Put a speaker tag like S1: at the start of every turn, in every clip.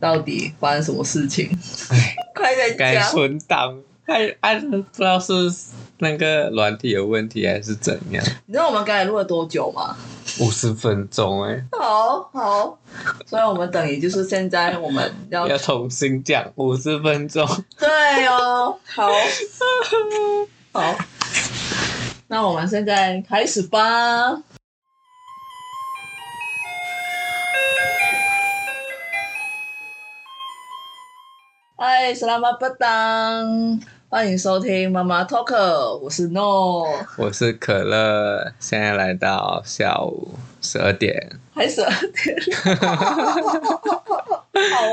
S1: 到底发生什么事情？
S2: 哎，
S1: 快点
S2: 该
S1: 讲！
S2: 存档，哎哎，不知道是那个软体有问题还是怎样，
S1: 你知道我们刚才录了多久吗？
S2: 五十分钟哎、
S1: 好好，所以我们等于就是现在我们要
S2: 要重新讲五十分 钟。
S1: 对哦，好，好，那我们现在开始吧。嗨，selamat petang，欢迎收听妈妈 talk，我是 No，
S2: 我是可乐，现在来到下午十二点。
S1: 还是 好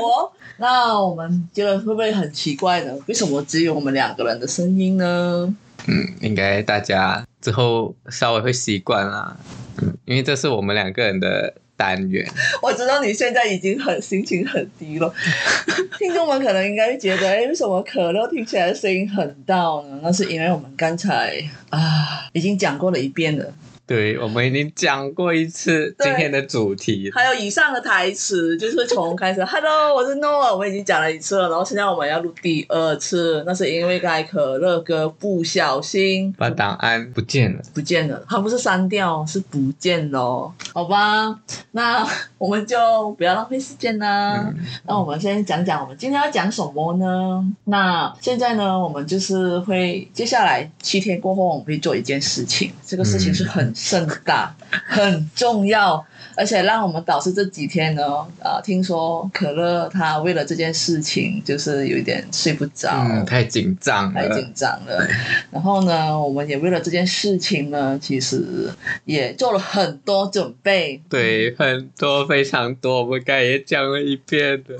S1: 哦。那我们觉得会不会很奇怪呢？为什么只有我们两个人的声音呢？
S2: 嗯，应该大家之后稍微会习惯啦。嗯，因为这是我们两个人的单元。
S1: 我知道你现在已经很心情很低了， 听众们可能应该觉得，哎，为什么可乐听起来声音很大呢？那是因为我们刚才啊已经讲过了一遍了，
S2: 对，我们已经讲过一次
S1: 对
S2: 今天的主题。
S1: 还有以上的台词，就是从开始 “Hello，我是 Noah”，我们已经讲了一次了，然后现在我们要录第二次，那是因为刚才可乐哥不小心
S2: 把档案不见了，
S1: 不见了，他不是删掉，是不见了哦，好吧？那我们就不要浪费时间啦。
S2: 嗯，
S1: 那我们先讲讲我们今天要讲什么呢？那现在呢，我们就是会接下来七天过后，我们会做一件事情，这个事
S2: 嗯
S1: 情是很盛大、很重要，而且让我们导师这几天呢，呃，听说可乐他为了这件事情，就是有一点睡不着。
S2: 嗯太紧张
S1: 太
S2: 了
S1: 紧，张了，然后呢，我们也为了这件事情呢，其实也做了很多准备，
S2: 对，很多非常多，我们刚才也讲了一遍的。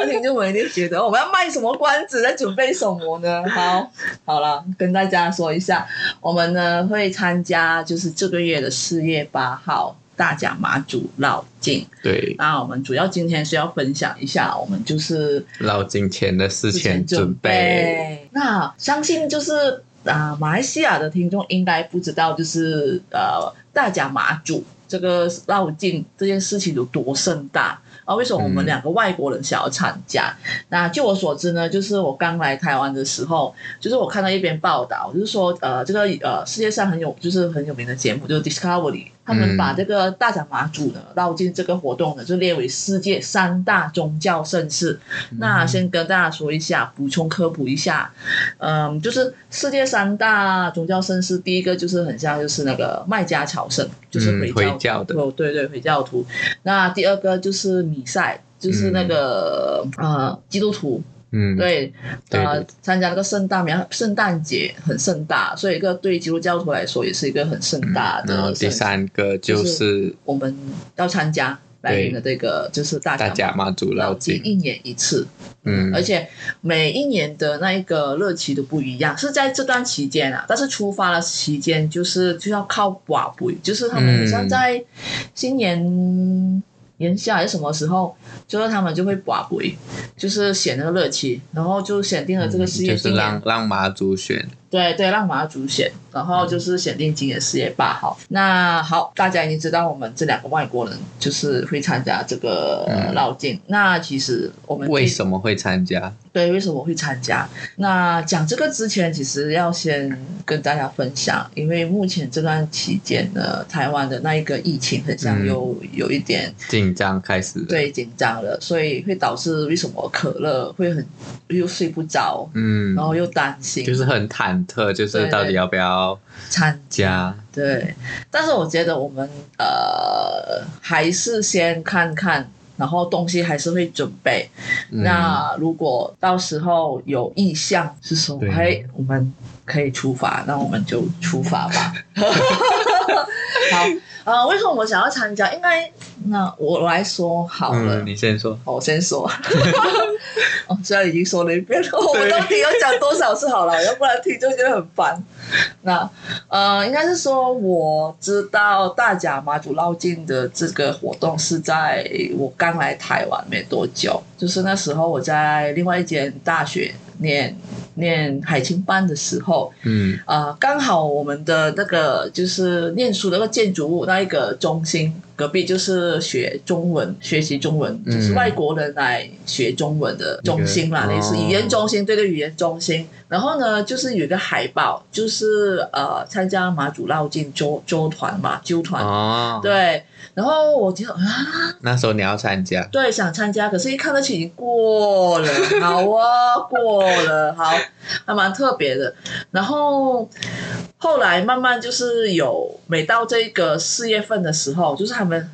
S1: 而且就我一定觉得我们要卖什么关子，在准备什么呢？好，好了，跟大家说一下，我们呢会参加就是这个月的四月八号大甲马祖绕境。
S2: 对，
S1: 那我们主要今天是要分享一下我们就是
S2: 绕境前的事
S1: 之
S2: 前
S1: 前准
S2: 准备，
S1: 那相信就是啊、呃马来西亚的听众应该不知道，就是呃，大甲马祖这个绕境这件事情有多盛大。啊，为什么我们
S2: 嗯
S1: 两个外国人想要参加？那据我所知呢，就是我刚来台湾的时候，就是我看到一篇报道，就是说，呃，这个呃世界上很有就是很有名的节目，就是 Discovery，他们
S2: 嗯
S1: 把这个大甲马祖呢绕进这个活动呢，就列为世界三大宗教盛事。
S2: 嗯
S1: 那先跟大家说一下，补充科普一下，嗯，就是世界三大宗教盛事，第一个就是很像就是那个麦加朝圣，就是
S2: 嗯
S1: 回
S2: 回
S1: 教
S2: 教的
S1: 徒哦，对对，回教徒。那第二个就是弥赛，就是那个、呃基督徒，
S2: 嗯，
S1: 对，
S2: 对
S1: 呃
S2: 对，
S1: 参加那个圣诞，圣诞节很盛大，所以一个对基督教徒来说也是一个很盛大的盛事。
S2: 嗯然后第三个就
S1: 就是
S2: 是
S1: 我们要参加来年的这个就是大
S2: 大甲妈祖绕
S1: 老金
S2: 境，
S1: 一年一次，
S2: 嗯
S1: 而且每一年的那一个日期都不一样，是在这段期间啊，但是出发的期间就是就要靠瓦布，就是他们
S2: 嗯
S1: 好像在新年。年下还是什么时候，就是他们就会瓦布，就是选那个日期，然后就选定了这个事业
S2: 嗯
S1: 今
S2: 就是
S1: 年、
S2: 让让妈祖选，
S1: 对对，让马祖选，然后就是选定今年四月八号。那好，大家已经知道我们这两个外国人就是会参加这个呃
S2: 嗯
S1: 绕境。那其实我们
S2: 为
S1: 最
S2: 什么会参加？
S1: 对，为什么会参加？那讲这个之前，其实要先跟大家分享，因为目前这段期间呢，台湾的那一个疫情很像
S2: 嗯
S1: 有、有一点
S2: 紧张开始了，
S1: 对紧张了，所以会导致为什么可乐会很又睡不着，
S2: 嗯，
S1: 然后又担心
S2: 就是很忐忑，就
S1: 对
S2: 是
S1: 对
S2: 到底要不要
S1: 参
S2: 加？
S1: 对，但是我觉得我们呃还是先看看。然后东西还是会准备。
S2: 嗯
S1: 那如果到时候有意向是说，
S2: 对
S1: 哎，我们可以出发，那我们就出发 吧。好，呃，为什么我想要参加？应该那我来说好了。
S2: 嗯，你先说，
S1: 好我先说， 哦，虽然已经说了一遍了，我们到底要讲多少次好了，要不然听众觉得很烦。那呃，应该是说我知道大甲马祖绕境的这个活动是在我刚来台湾没多久，就是那时候我在另外一间大学念念海青班的时候，
S2: 嗯
S1: 呃，刚好我们的那个就是念书的那个建筑物那一个中心隔壁就是学中文、学习中文，
S2: 嗯
S1: 就是外国人来学中文的中心啦，
S2: 一个
S1: 类似
S2: 哦
S1: 语言中心，对对，语言中心。然后呢，就是有一个海报，就是呃，参加马祖绕境周周团嘛，纠团。
S2: 哦，，
S1: 对，然后我就啊，
S2: 那时候你要参加，
S1: 对，想参加，可是一看那期已经过了，好啊，过了，好，还蛮特别的。然后后来慢慢就是有，每到这个四月份的时候，就是他们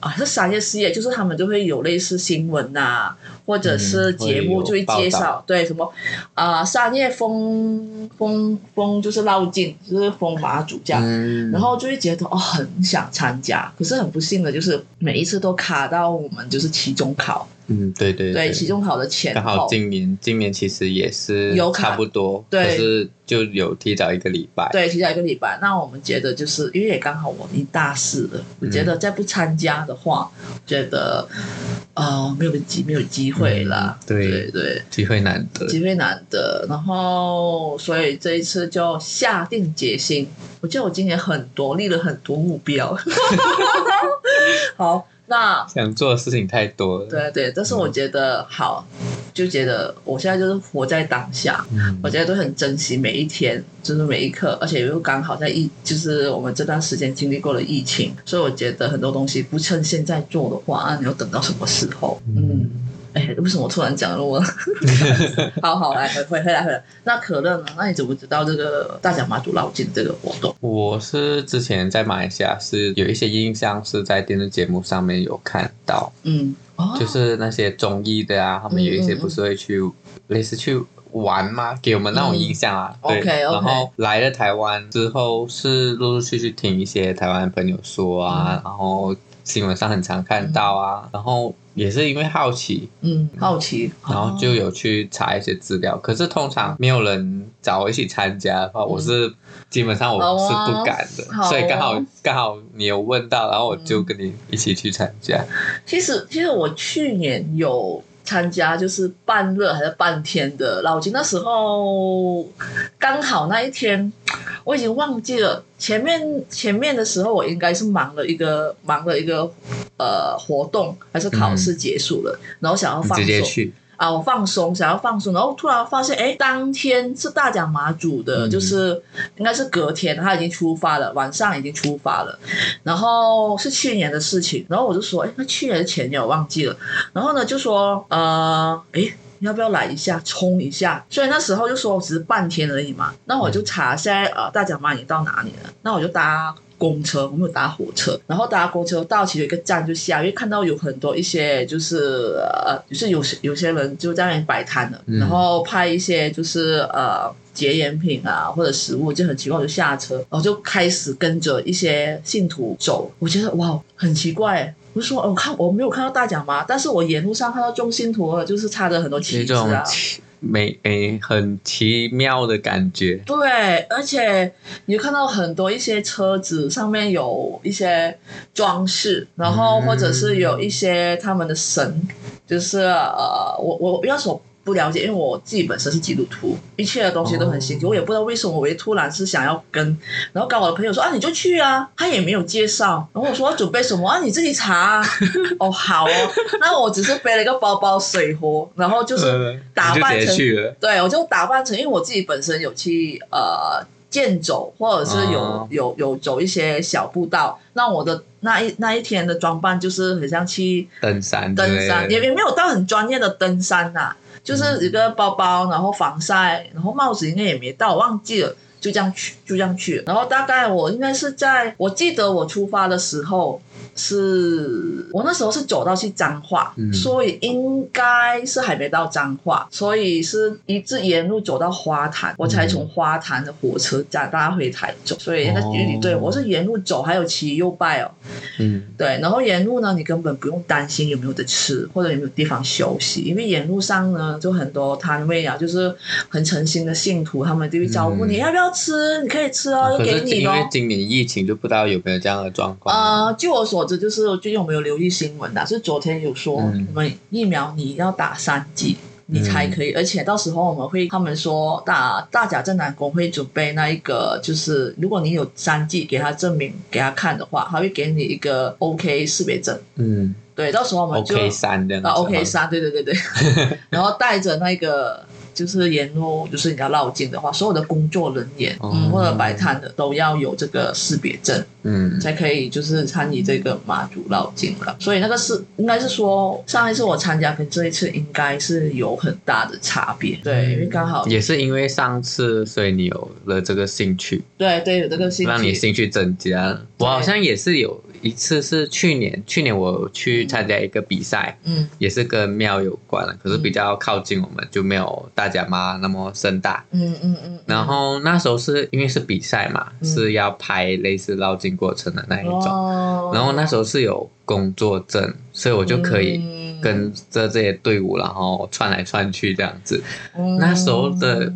S1: 啊，是三月、四月，就是他们就会有类似新闻呐、啊或者是
S2: 嗯
S1: 节目就
S2: 会
S1: 会
S2: 有报道
S1: 介绍，对什么啊、三月风风风就是绕境，就是风马主这样。
S2: 嗯，
S1: 然后就会觉得哦，很想参加，可是很不幸的就是每一次都卡到我们就是期中考，
S2: 嗯，对对
S1: 对，期中考的前
S2: 刚好
S1: 后，
S2: 今年，今年其实也是
S1: 有卡
S2: 差不多，
S1: 对
S2: 可是就有提早一个礼拜，
S1: 对，提早一个礼拜。那我们觉得就是因为也刚好我已经大四了，我觉
S2: 嗯
S1: 得再不参加的话，觉得呃没有机没有机会啦，
S2: 嗯对
S1: 对对，
S2: 机会难得，
S1: 机会难得。然后所以这一次就下定决心，我记得我今年很多立了很多目标， 好。那
S2: 想做的事情太多了，，
S1: 对对，但是我觉得好，就觉得我现在就是活在当下，
S2: 嗯
S1: 我觉得都很珍惜每一天，就是每一刻，而且又刚好在疫，就是我们这段时间经历过了疫情，所以我觉得很多东西不趁现在做的话，啊，你要等到什么时候？嗯，哎，为什么我突然讲了我？ 好好来回回回来回来，那可乐呢？那你怎么知道这个大甲妈祖绕境这个活动？
S2: 我是之前在马来西亚是有一些印象是在电视节目上面有看到，
S1: 嗯，哦，
S2: 就是那些中医的啊，他们有一
S1: 嗯
S2: 些不是会去、类似去玩吗？给我们那种印象啊。
S1: 嗯
S2: 对
S1: OK，OK
S2: 然后来了台湾之后，是陆陆续续听一些台湾的朋友说啊，
S1: 嗯
S2: 然后新闻上很常看到啊，然后也是因为好奇，
S1: 嗯，好奇，哦
S2: 然后就有去查一些资料。可是通常没有人找我一起参加的话，我是基本上我
S1: 好
S2: 是
S1: 啊
S2: 不敢的，
S1: 嗯好啊嗯
S2: 所以刚好刚好你有问到，然后我就跟你一起去参加。
S1: 其实，其实我去年有参加，就是半日还是半天的老金，那时候刚好那一天，我已经忘记了。前面前面的时候，我应该是忙了一个忙了一个呃活动，还是考试结束了，然后想要
S2: 嗯你
S1: 放
S2: 直接
S1: 松
S2: 去，
S1: 啊，我放松，想要放松，然后突然发现，哎，当天是大奖马祖的，
S2: 嗯
S1: 就是应该是隔天他已经出发了，晚上已经出发了，然后是去年的事情，然后我就说，哎，那去年的前年我忘记了，然后呢就说，呃，哎。要不要来一下，冲一下？所以那时候就说只是半天而已嘛。那我就查现在呃大甲妈已经到哪里了，那我就搭公车，我没有搭火车。然后搭公车到其中一个站就下，因为看到有很多一些就是呃，就是有些有些人就在那里摆摊了，
S2: 嗯
S1: 然后拍一些就是呃。节盐品啊，或者食物，就很奇怪，我就下车，然后就开始跟着一些信徒走。我觉得哇，很奇怪。我就说，哦，我看我没有看到大甲妈，但是我沿路上看到中信徒了，就是插着很多旗
S2: 有一
S1: 子
S2: 种
S1: 啊，
S2: 奇美诶、很奇妙的感觉。
S1: 对，而且你就看到很多一些车子上面有一些装饰，然后
S2: 嗯
S1: 或者是有一些他们的神，就是呃，我我我要说不了解，因为我自己本身是基督徒，一切的东西都很新奇，
S2: 哦
S1: 我也不知道为什么我会突然是想要跟，然后刚好我的朋友说啊你就去啊，他也没有介绍，然后我说要准备什么啊你自己查、啊， 哦好哦，那我只是背了一个包包水壶，然后就是
S2: 呃
S1: 打
S2: 你就
S1: 扮
S2: 直接
S1: 成
S2: 去了，
S1: 对，我就打扮成，因为我自己本身有去呃健走，或者是有、
S2: 哦
S1: 有有走一些小步道。那我的那一那一天的装扮就是很像去
S2: 登山之类
S1: 登
S2: 的，
S1: 山，也也没有到很专业的登山呐、啊就是一个包包，然后防晒，然后帽子应该也没到，我忘记了。就这样去，就这样去。然后大概我应该是在，我记得我出发的时候是，我那时候是走到去彰化，
S2: 嗯
S1: 所以应该是还没到彰化，所以是一直沿路走到花坛，我才
S2: 嗯
S1: 从花坛的火车站搭回台中。所以那
S2: 哦
S1: 距离对我是沿路走，还有骑右拜哦。
S2: 嗯，
S1: 对，然后沿路呢，你根本不用担心有没有得吃或者有没有地方休息，因为沿路上呢，就很多摊位啊，就是很诚心的信徒，他们就会招呼你、
S2: 嗯啊
S1: 要不要吃，你可以吃哦，就
S2: 可
S1: 给
S2: 是
S1: 你
S2: 因为
S1: 咯。
S2: 今年疫情就不知道有没有这样的状况。
S1: 呃，据我所知，啊就是最近我们有留意新闻的，是昨天有说、
S2: 嗯
S1: 我们疫苗你要打三剂。你才可以。而且到时候我们会，他们说大大甲正南宫会准备那一个，就是如果你有三季给他证明给他看的话，他会给你一个 OK 识别证。
S2: 嗯
S1: 对，到时候我们就
S2: ，OK 三这样子
S1: 啊
S2: 吗
S1: OK 三，对对对对， 然后带着那个。就是沿路，就是你要绕境的话，所有的工作人员，
S2: 哦
S1: 嗯，或者摆摊的都要有这个识别证。
S2: 嗯
S1: 才可以就是参与这个马祖绕境了。所以那个是应该是说上一次我参加跟这一次应该是有很大的差别，对，因为刚好
S2: 嗯也是因为上次，所以你有了这个兴趣，
S1: 对对有这个兴
S2: 让你
S1: 趣，
S2: 兴趣增加。我好像也是有一次是去年，去年我去参加一个比赛，
S1: 嗯
S2: 也是跟庙有关了，可是比较靠近我们，就没有大甲妈那么盛大。
S1: 嗯嗯嗯，
S2: 然后那时候是因为是比赛嘛，
S1: 嗯
S2: 是要拍类似绕境过程的那一种。
S1: 哦，
S2: 然后那时候是有工作证，所以我
S1: 我
S2: 就可
S1: 嗯
S2: 以跟着这些队伍，然后串来串去这样子。
S1: 嗯
S2: 那时候的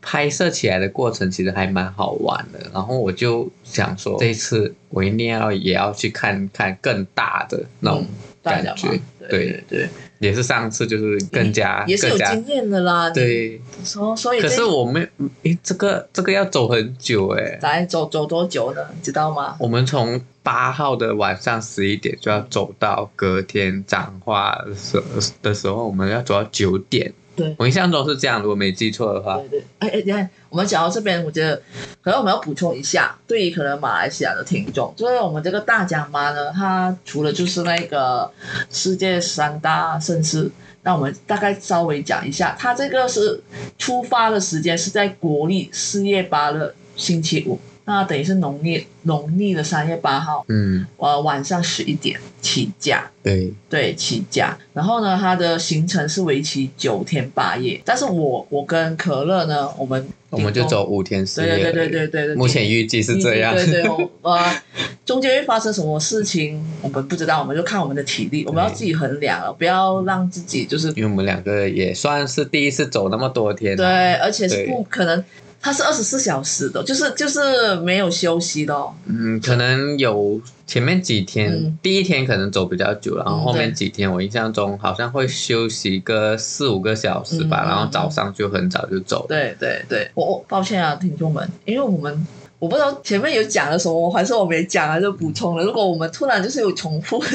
S2: 拍摄起来的过程其实还蛮好玩的。然后我就想说，这一次我一定要也要去看看更大的那种，
S1: 大家
S2: 感觉
S1: 嘛，对对，
S2: 也是上次就是更加
S1: 也是
S2: 更
S1: 有
S2: 加
S1: 经验的啦。，
S2: 啊对。
S1: 所所以
S2: 可
S1: 这
S2: 是我们诶，这个这个要走很久诶。
S1: 来走走多久呢？你知道吗？
S2: 我们从八号的晚上十一点就要走到隔天讲话的时候的时候，我们要走到九点。
S1: 对
S2: 我印象中是这样，如果没记错的话，
S1: 对对，哎哎，你看，我们讲到这边，我觉得可能我们要补充一下，对于可能马来西亚的听众，就是我们这个大奖妈呢，它呃除了就是那个世界三大盛事，那我们大概稍微讲一下，它这个是出发的时间是在国历四月八日星期五，那等于是农历农历的三月八号，
S2: 嗯，
S1: 呃晚上十一点起驾。
S2: 对，
S1: 对，起价。然后呢，它的行程是为期九天八夜。但是我我跟可乐呢，我们
S2: 我们就
S1: 顶多。
S2: 走五天四
S1: 对
S2: 夜。
S1: 对对对对对对。
S2: 目前预计是这样。
S1: 对对，我 呃，中间会发生什么事情，我们不知道，我们就看我们的体力，我们要自己衡量啊了，不要让自己就是
S2: 因为我们两个也算是第一次走那么多天、啊，
S1: 对，而且是
S2: 对
S1: 不可能，它是二十四小时的，就是就是没有休息的、哦。
S2: 嗯，可能有前面几天，
S1: 嗯
S2: 第一天可能走比较久，然后
S1: 嗯
S2: 后面
S1: 对
S2: 几天我印象中好像会休息个四五个小时吧，
S1: 嗯嗯
S2: 然后早上就很早就走了。
S1: 对对对，我我抱歉啊，听众们，因为我们我不知道前面有讲了什么，还是我没讲啊，就补充了。如果我们突然就是有重复 的，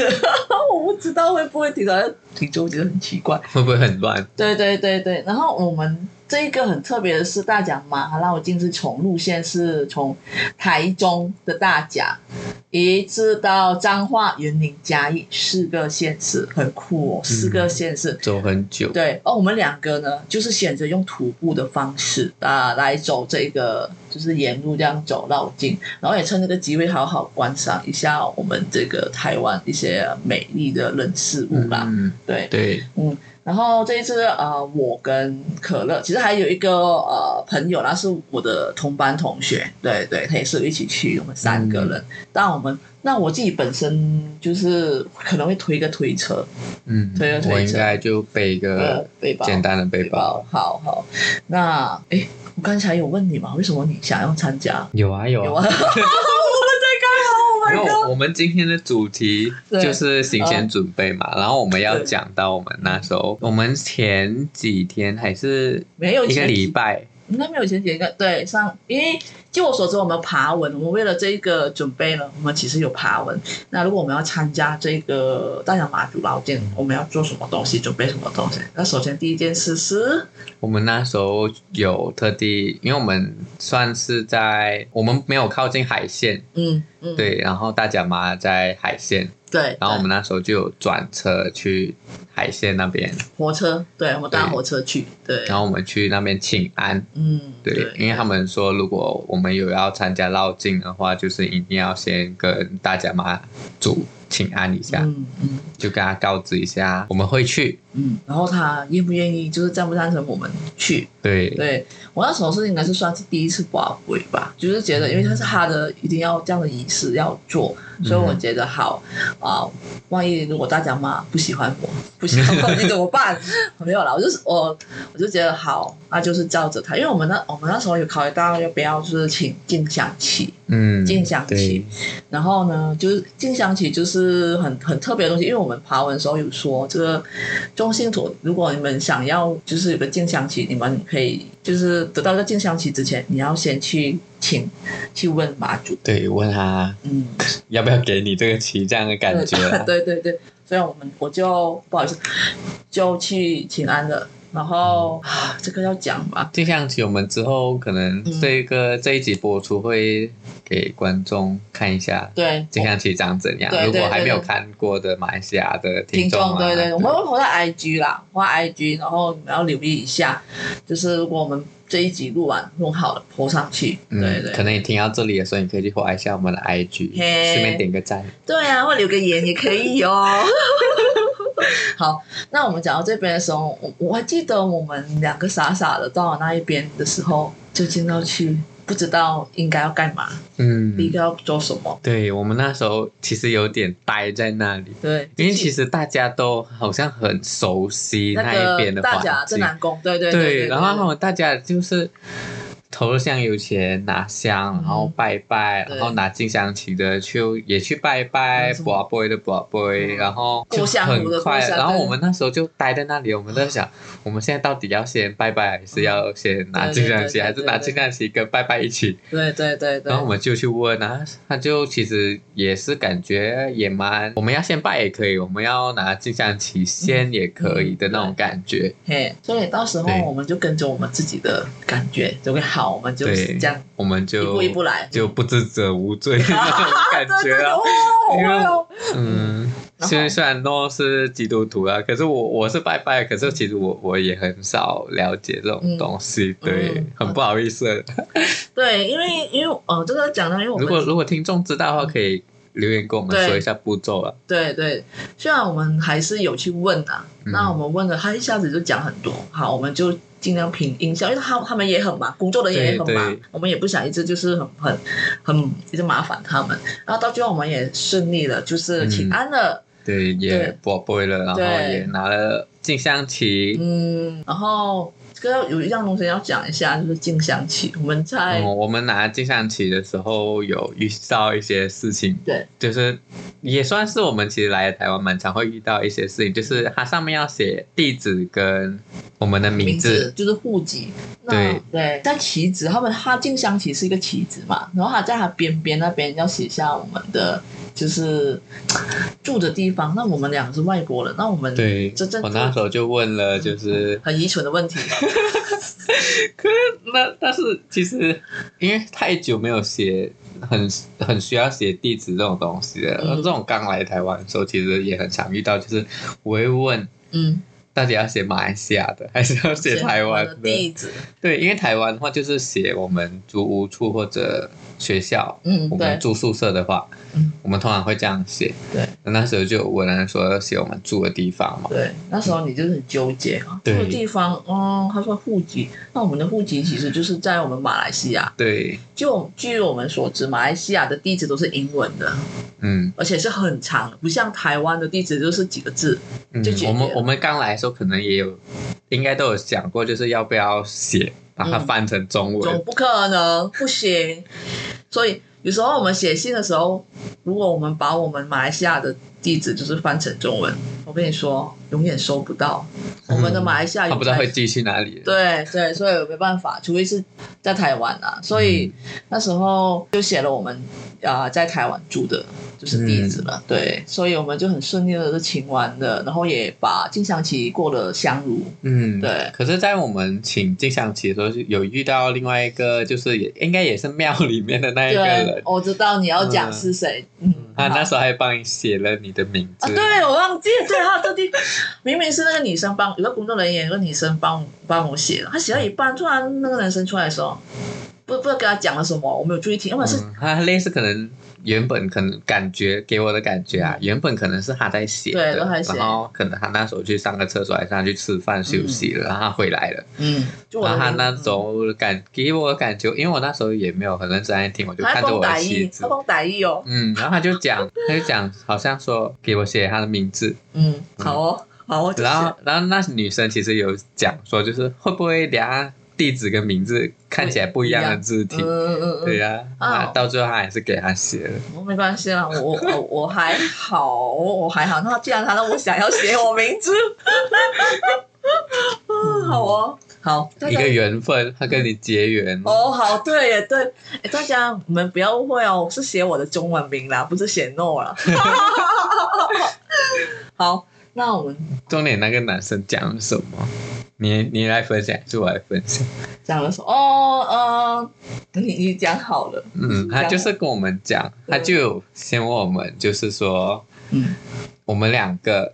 S1: 我不知道会不会提到听众觉得很奇怪。
S2: 会不会很乱？
S1: 对对对对，然后我们这一个很特别的是，大甲马哈拉我径是从路线是从台中的大甲，一直到彰化、云林、嘉义四个县市，很酷哦，四个县市。
S2: 走很久。
S1: 对，哦而我们两个呢，就是选择用徒步的方式啊、来走这个，就是沿路这样走绕境，然后也趁这个机会好好观赏一下我们这个台湾一些美丽的人事物啦。
S2: 嗯，
S1: 对，
S2: 对，
S1: 然后这一次呃，我跟可乐，其实还有一个呃朋友啦，是我的同班同学，对对，他也是一起去，我们三个人。
S2: 嗯
S1: 但我们那我自己本身就是可能会推个推车，
S2: 嗯，
S1: 推了推车
S2: 我应该就背一
S1: 呃
S2: 个，
S1: 背包，
S2: 简单的背包。
S1: 包，好好。那诶，我刚才有问你嘛，为什么你想要参加？
S2: 有啊有
S1: 有
S2: 啊，
S1: 啊，我 们在干嘛
S2: 因
S1: ？Oh my
S2: 为
S1: god！
S2: 我们今天的主题
S1: 对呃
S2: 就是行前准备嘛，然后我们要
S1: 对
S2: 讲到我们那时候，我们前几天还是
S1: 没有
S2: 一个
S1: 前
S2: 礼拜，
S1: 应该没有前几个对上，因为据我所知，我们爬文，我们为了这一个准备呢，我们其实有爬文。那如果我们要参加这个大洋马祖老剑，我们要做什么东西，准备什么东西？那首先第一件事是，
S2: 我们那时候有特地，因为我们算是在我们没有靠近海线，
S1: 嗯嗯，
S2: 对，然后大甲妈在海线，
S1: 对，
S2: 然后我们那时候就有转车去海线那边，
S1: 对火车，对，我们搭
S2: 对
S1: 火车去，对，
S2: 然后我们去那边请安。
S1: 嗯，
S2: 对，因为他们说，如果我们有要参加绕境的话，就是一定要先跟大家妈祖请安一下，
S1: 嗯嗯
S2: 就跟他告知一下我们会去。
S1: 嗯，然后他愿不愿意，就是赞不赞成我们去？
S2: 对，
S1: 对我那时候是应该是算是第一次刮龟吧，就是觉得因为它是他的一定要这样的仪式要做，所以我觉得好啊、万一如果大家嘛不喜欢我， 不喜欢我你怎么办？ 没有啦，我就是我我就觉得好，那就是照着他，因为我们那我们那时候有考虑到要不要就是请静香期，
S2: 嗯，
S1: 静香期
S2: 对，，
S1: 然后呢就是静香期就是很很特别的东西，因为我们爬文的时候有说这个中信土，如果你们想要就是有个静香期，你们可以就是得到这个静香期之前，你要先去请去问马主，
S2: 对，问他
S1: 嗯。。
S2: 要不要给你这个旗这样的感觉啊啦
S1: 嗯对对对，所以我们我就不好意思，就去请安了。然后啊，这个要讲吧，
S2: 这象棋我们之后可能
S1: 嗯
S2: 这个、这一集播出会给观众看一下
S1: 对，
S2: 这象棋长怎样。
S1: 哦对对
S2: 如果还
S1: 对
S2: 没有
S1: 对
S2: 看过的马来西亚的
S1: 听
S2: 众
S1: 众，
S2: 啊，
S1: 对对，我们会投在 IG 啦，发 IG，然后你们要留意一下，就是如果我们这一集录完弄好了，播上去，
S2: 嗯
S1: 对对，
S2: 可能你听到这里的时候，你可以去划一下我们的 IG，
S1: 嘿
S2: 顺便点个赞。
S1: 对啊，或留个言也可以 哦。好，那我们讲到这边的时候，我我还记得我们两个傻傻的到了那一边的时候，就进到去，不知道应该要干嘛，应
S2: 嗯，
S1: 该要做什么。
S2: 对我们那时候其实有点呆在那里，
S1: 对，
S2: 因为
S1: 就是
S2: 其实大家都好像很熟悉
S1: 那
S2: 一边
S1: 个
S2: 的啊
S1: 大
S2: 环
S1: 甲
S2: 境
S1: 镇，南宫，对对对，
S2: 然后他们大家就是投了香油钱拿香，然后
S1: 嗯
S2: 拜拜，
S1: 对
S2: 然后拿进香旗的就也去拜拜
S1: 嗯，什么
S2: 卜杯的卜杯，
S1: 嗯
S2: 然后就
S1: 过香炉的
S2: 很快。
S1: 过香
S2: 然后
S1: 对
S2: 我们那时候就待在那里，我们在想，我们现在到底要先拜拜，还是要先拿进香旗，
S1: 对对对对
S2: 还是拿进香旗跟拜拜一起？
S1: 对对对对，
S2: 然后我们就去问啊，他就其实也是感觉也蛮，我们要先拜也可以，我们要拿进香旗先也可以的
S1: 嗯
S2: 那种感觉。
S1: 嘿，所以到时候
S2: 对
S1: 我们就跟着我们自己的感觉，就会好，我们就
S2: 对
S1: 这样
S2: 我们就
S1: 一步一步来。
S2: 就不知者无 罪那种感
S1: 对对
S2: 觉
S1: 对
S2: 啊
S1: 哦。，好
S2: 因为
S1: 会哦，
S2: 嗯，
S1: 然后
S2: 虽然虽然诺是基督徒啊，可是我我是拜拜，可是其实我我也很少了解这种东西，对
S1: 嗯，
S2: 很不好意思。
S1: 对，因为因为呃，这个讲到，因为我
S2: 如果
S1: 们
S2: 如果听众知道的话，可以留言跟我们
S1: 对
S2: 说一下步骤啊。
S1: 对对，虽然我们还是有去问啊，
S2: 嗯
S1: 那我们问了，他一下子就讲很多，好，我们就尽量平音效，因为他他们也很忙，工作的人也很忙
S2: 对对，
S1: 我们也不想一直就是很很很一直麻烦他们，然后到最后我们也顺利了，
S2: 嗯
S1: 就是请安了，
S2: 对，也播播了，然后
S1: 对
S2: 也拿了静香旗。
S1: 嗯然后这个有一样东西要讲一下，就是静香期，我们在、
S2: 嗯，我们拿静香旗的时候有遇到一些事情，
S1: 对
S2: 就是也算是我们其实来台湾蛮常会遇到一些事情，就是它上面要写地址跟我们的名
S1: 名字
S2: 字，
S1: 就是户籍，那
S2: 对
S1: 对，在旗子，他们他静香旗是一个旗子嘛，然后他在他边边那边要写下我们的就是住的地方，那我们两个是外国人，那我们
S2: 对
S1: 这这
S2: 我那时候就问 了，就是
S1: 很愚蠢的问题，
S2: 可是那但是其实因为太久没有写，很很需要写地址这种东西了。
S1: 嗯
S2: 这种刚来台湾的时候，其实也很常遇到，就是我会问
S1: 嗯，
S2: 大家要写马来西亚的，还 是要写台湾
S1: 的地址，
S2: 对，因为台湾的话就是写我们租屋处或者学校，
S1: 嗯，
S2: 我
S1: 对
S2: 们，住宿舍的话，
S1: 嗯
S2: 我们通常会这样写。
S1: 对，
S2: 那时候就有问人说要写我们住的地方嘛。
S1: 对，那时候你就是很纠结啊，这
S2: 对
S1: 个地方，嗯，他说户籍，那我们的户籍其实就是在我们马来西亚，
S2: 对，
S1: 就据我们所知，马来西亚的地址都是英文的，
S2: 嗯，
S1: 而且是很长的，不像台湾的地址就是几个字，
S2: 嗯
S1: 就解决
S2: 我们
S1: 了
S2: 我们刚来的时候可能也有，应该都有想过，就是要不要写把它
S1: 嗯
S2: 翻成中文。
S1: 总不可能不行。所以有时候我们写信的时候，如果我们把我们马来西亚的地址就是翻成中文，我跟你说，永远收不到。我们的马来西亚
S2: 他
S1: 有
S2: 不知道会
S1: 在
S2: 寄去哪里。
S1: 对对，所以我没办法，除非是在台湾啊。所以
S2: 嗯
S1: 那时候就写了我们啊、呃在台湾住的就是地址
S2: 嗯
S1: 了。对，所以我们就很顺利的就请完了，然后也把静香期过了香炉。
S2: 嗯，
S1: 对
S2: 可是，在我们请进香旗的时候，就有遇到另外一个，就是也应该也是庙里面的那一个
S1: 对
S2: 人，，
S1: 我知道你要讲是谁。嗯，
S2: 他
S1: 好
S2: 那时候还嗯帮你写了你的名
S1: 啊，
S2: 字。
S1: 对，我忘记了，对，他特地明明是那个女生帮，有个工作人员，有个女生帮帮我写的，他写到一半，突然那个男生出来说，不不知道跟他讲了什么，我没有注意听，要么是、
S2: 嗯，他类似可能原本可能感觉给我的感觉啊，原本可能是他在写
S1: 嗯
S2: 的，
S1: 对都还写
S2: 然后可能他那时候去上个厕所，还是他去吃饭休息了，然后他回来了，
S1: 嗯，就我
S2: 然
S1: 的
S2: 后他
S1: 邻
S2: 啊那种感给我的感觉，因为我那时候也没有很认真在听，我就
S1: 他还
S2: 看着
S1: 帮
S2: 我
S1: 打
S2: 的
S1: 译
S2: 妻，
S1: 他
S2: 子，
S1: 帮打译哦，
S2: 嗯，然后他就讲，他就讲，好像说给我写他的名字，
S1: 嗯，好哦，好哦，就是
S2: 然后，然后那女生其实有讲说，就是会不会等下地址跟名字看起来不一样的字体
S1: 嗯？嗯嗯嗯，
S2: 对呀、
S1: 嗯
S2: 啊，
S1: 哦
S2: 到最后他还是给他写了。
S1: 我没关系啦，我我我还好，我还好。那既然他让我想要写我名字， 嗯，好哦，好，大
S2: 一
S1: 家
S2: 个缘分，他跟你结缘。
S1: 哦，好，对耶，对，诶大家你们不要误会哦，我是写我的中文名啦，不是写 no 啦。 好，那我们
S2: 重点那个男生讲了什么？你你来分享，还是我来分享？
S1: 讲了说，哦，呃，你你讲好了，
S2: 嗯，他就是跟我们讲，
S1: 对
S2: 他就先问我们，就是说
S1: 嗯，
S2: 我们两个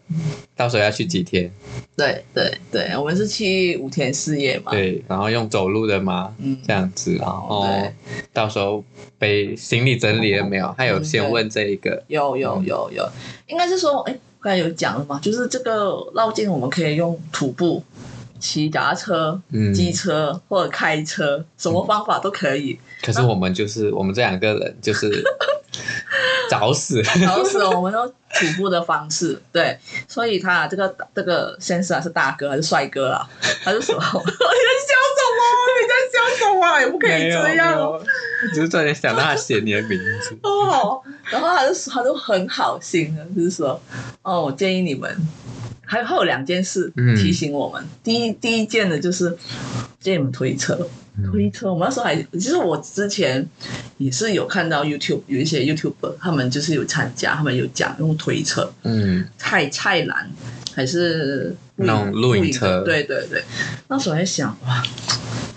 S2: 到时候要去几天？
S1: 对对对，我们是去五天四夜嘛，
S2: 对，然后用走路的吗？
S1: 嗯，
S2: 这样子，然后
S1: 对哦
S2: 到时候被行李整理了没有？他有先问这一个，
S1: 有
S2: 嗯
S1: 有有有，应该是说，哎、刚才有讲了嘛，就是这个绕境我们可以用徒步、骑脚踏车、
S2: 嗯，
S1: 机车或者开车，什么方法都可 以。
S2: 可是我们就是我们这两个人就是 找死，
S1: 然后是我们用徒步的方式，对，所以他这个这个先生啊是大哥还是帅哥啦？他就说 你在笑什么？你在笑什么？也不可以这样哦。，
S2: 没有，没有只是突然想到他写你的名字
S1: 哦，然后他就说他就很好心的，就是说，哦，我建议你们，还有还有两件事
S2: 嗯
S1: 提醒我们。第一第一件呢，就是建议你们推车，推车。我们那时候还，其实我之前也是有看到 YouTube 有一些 YouTuber，他们就是有参加，他们有讲用推车，
S2: 嗯，
S1: 菜菜篮还是露
S2: 那种露营
S1: 的
S2: 车
S1: 对对对。那时候还想，哇，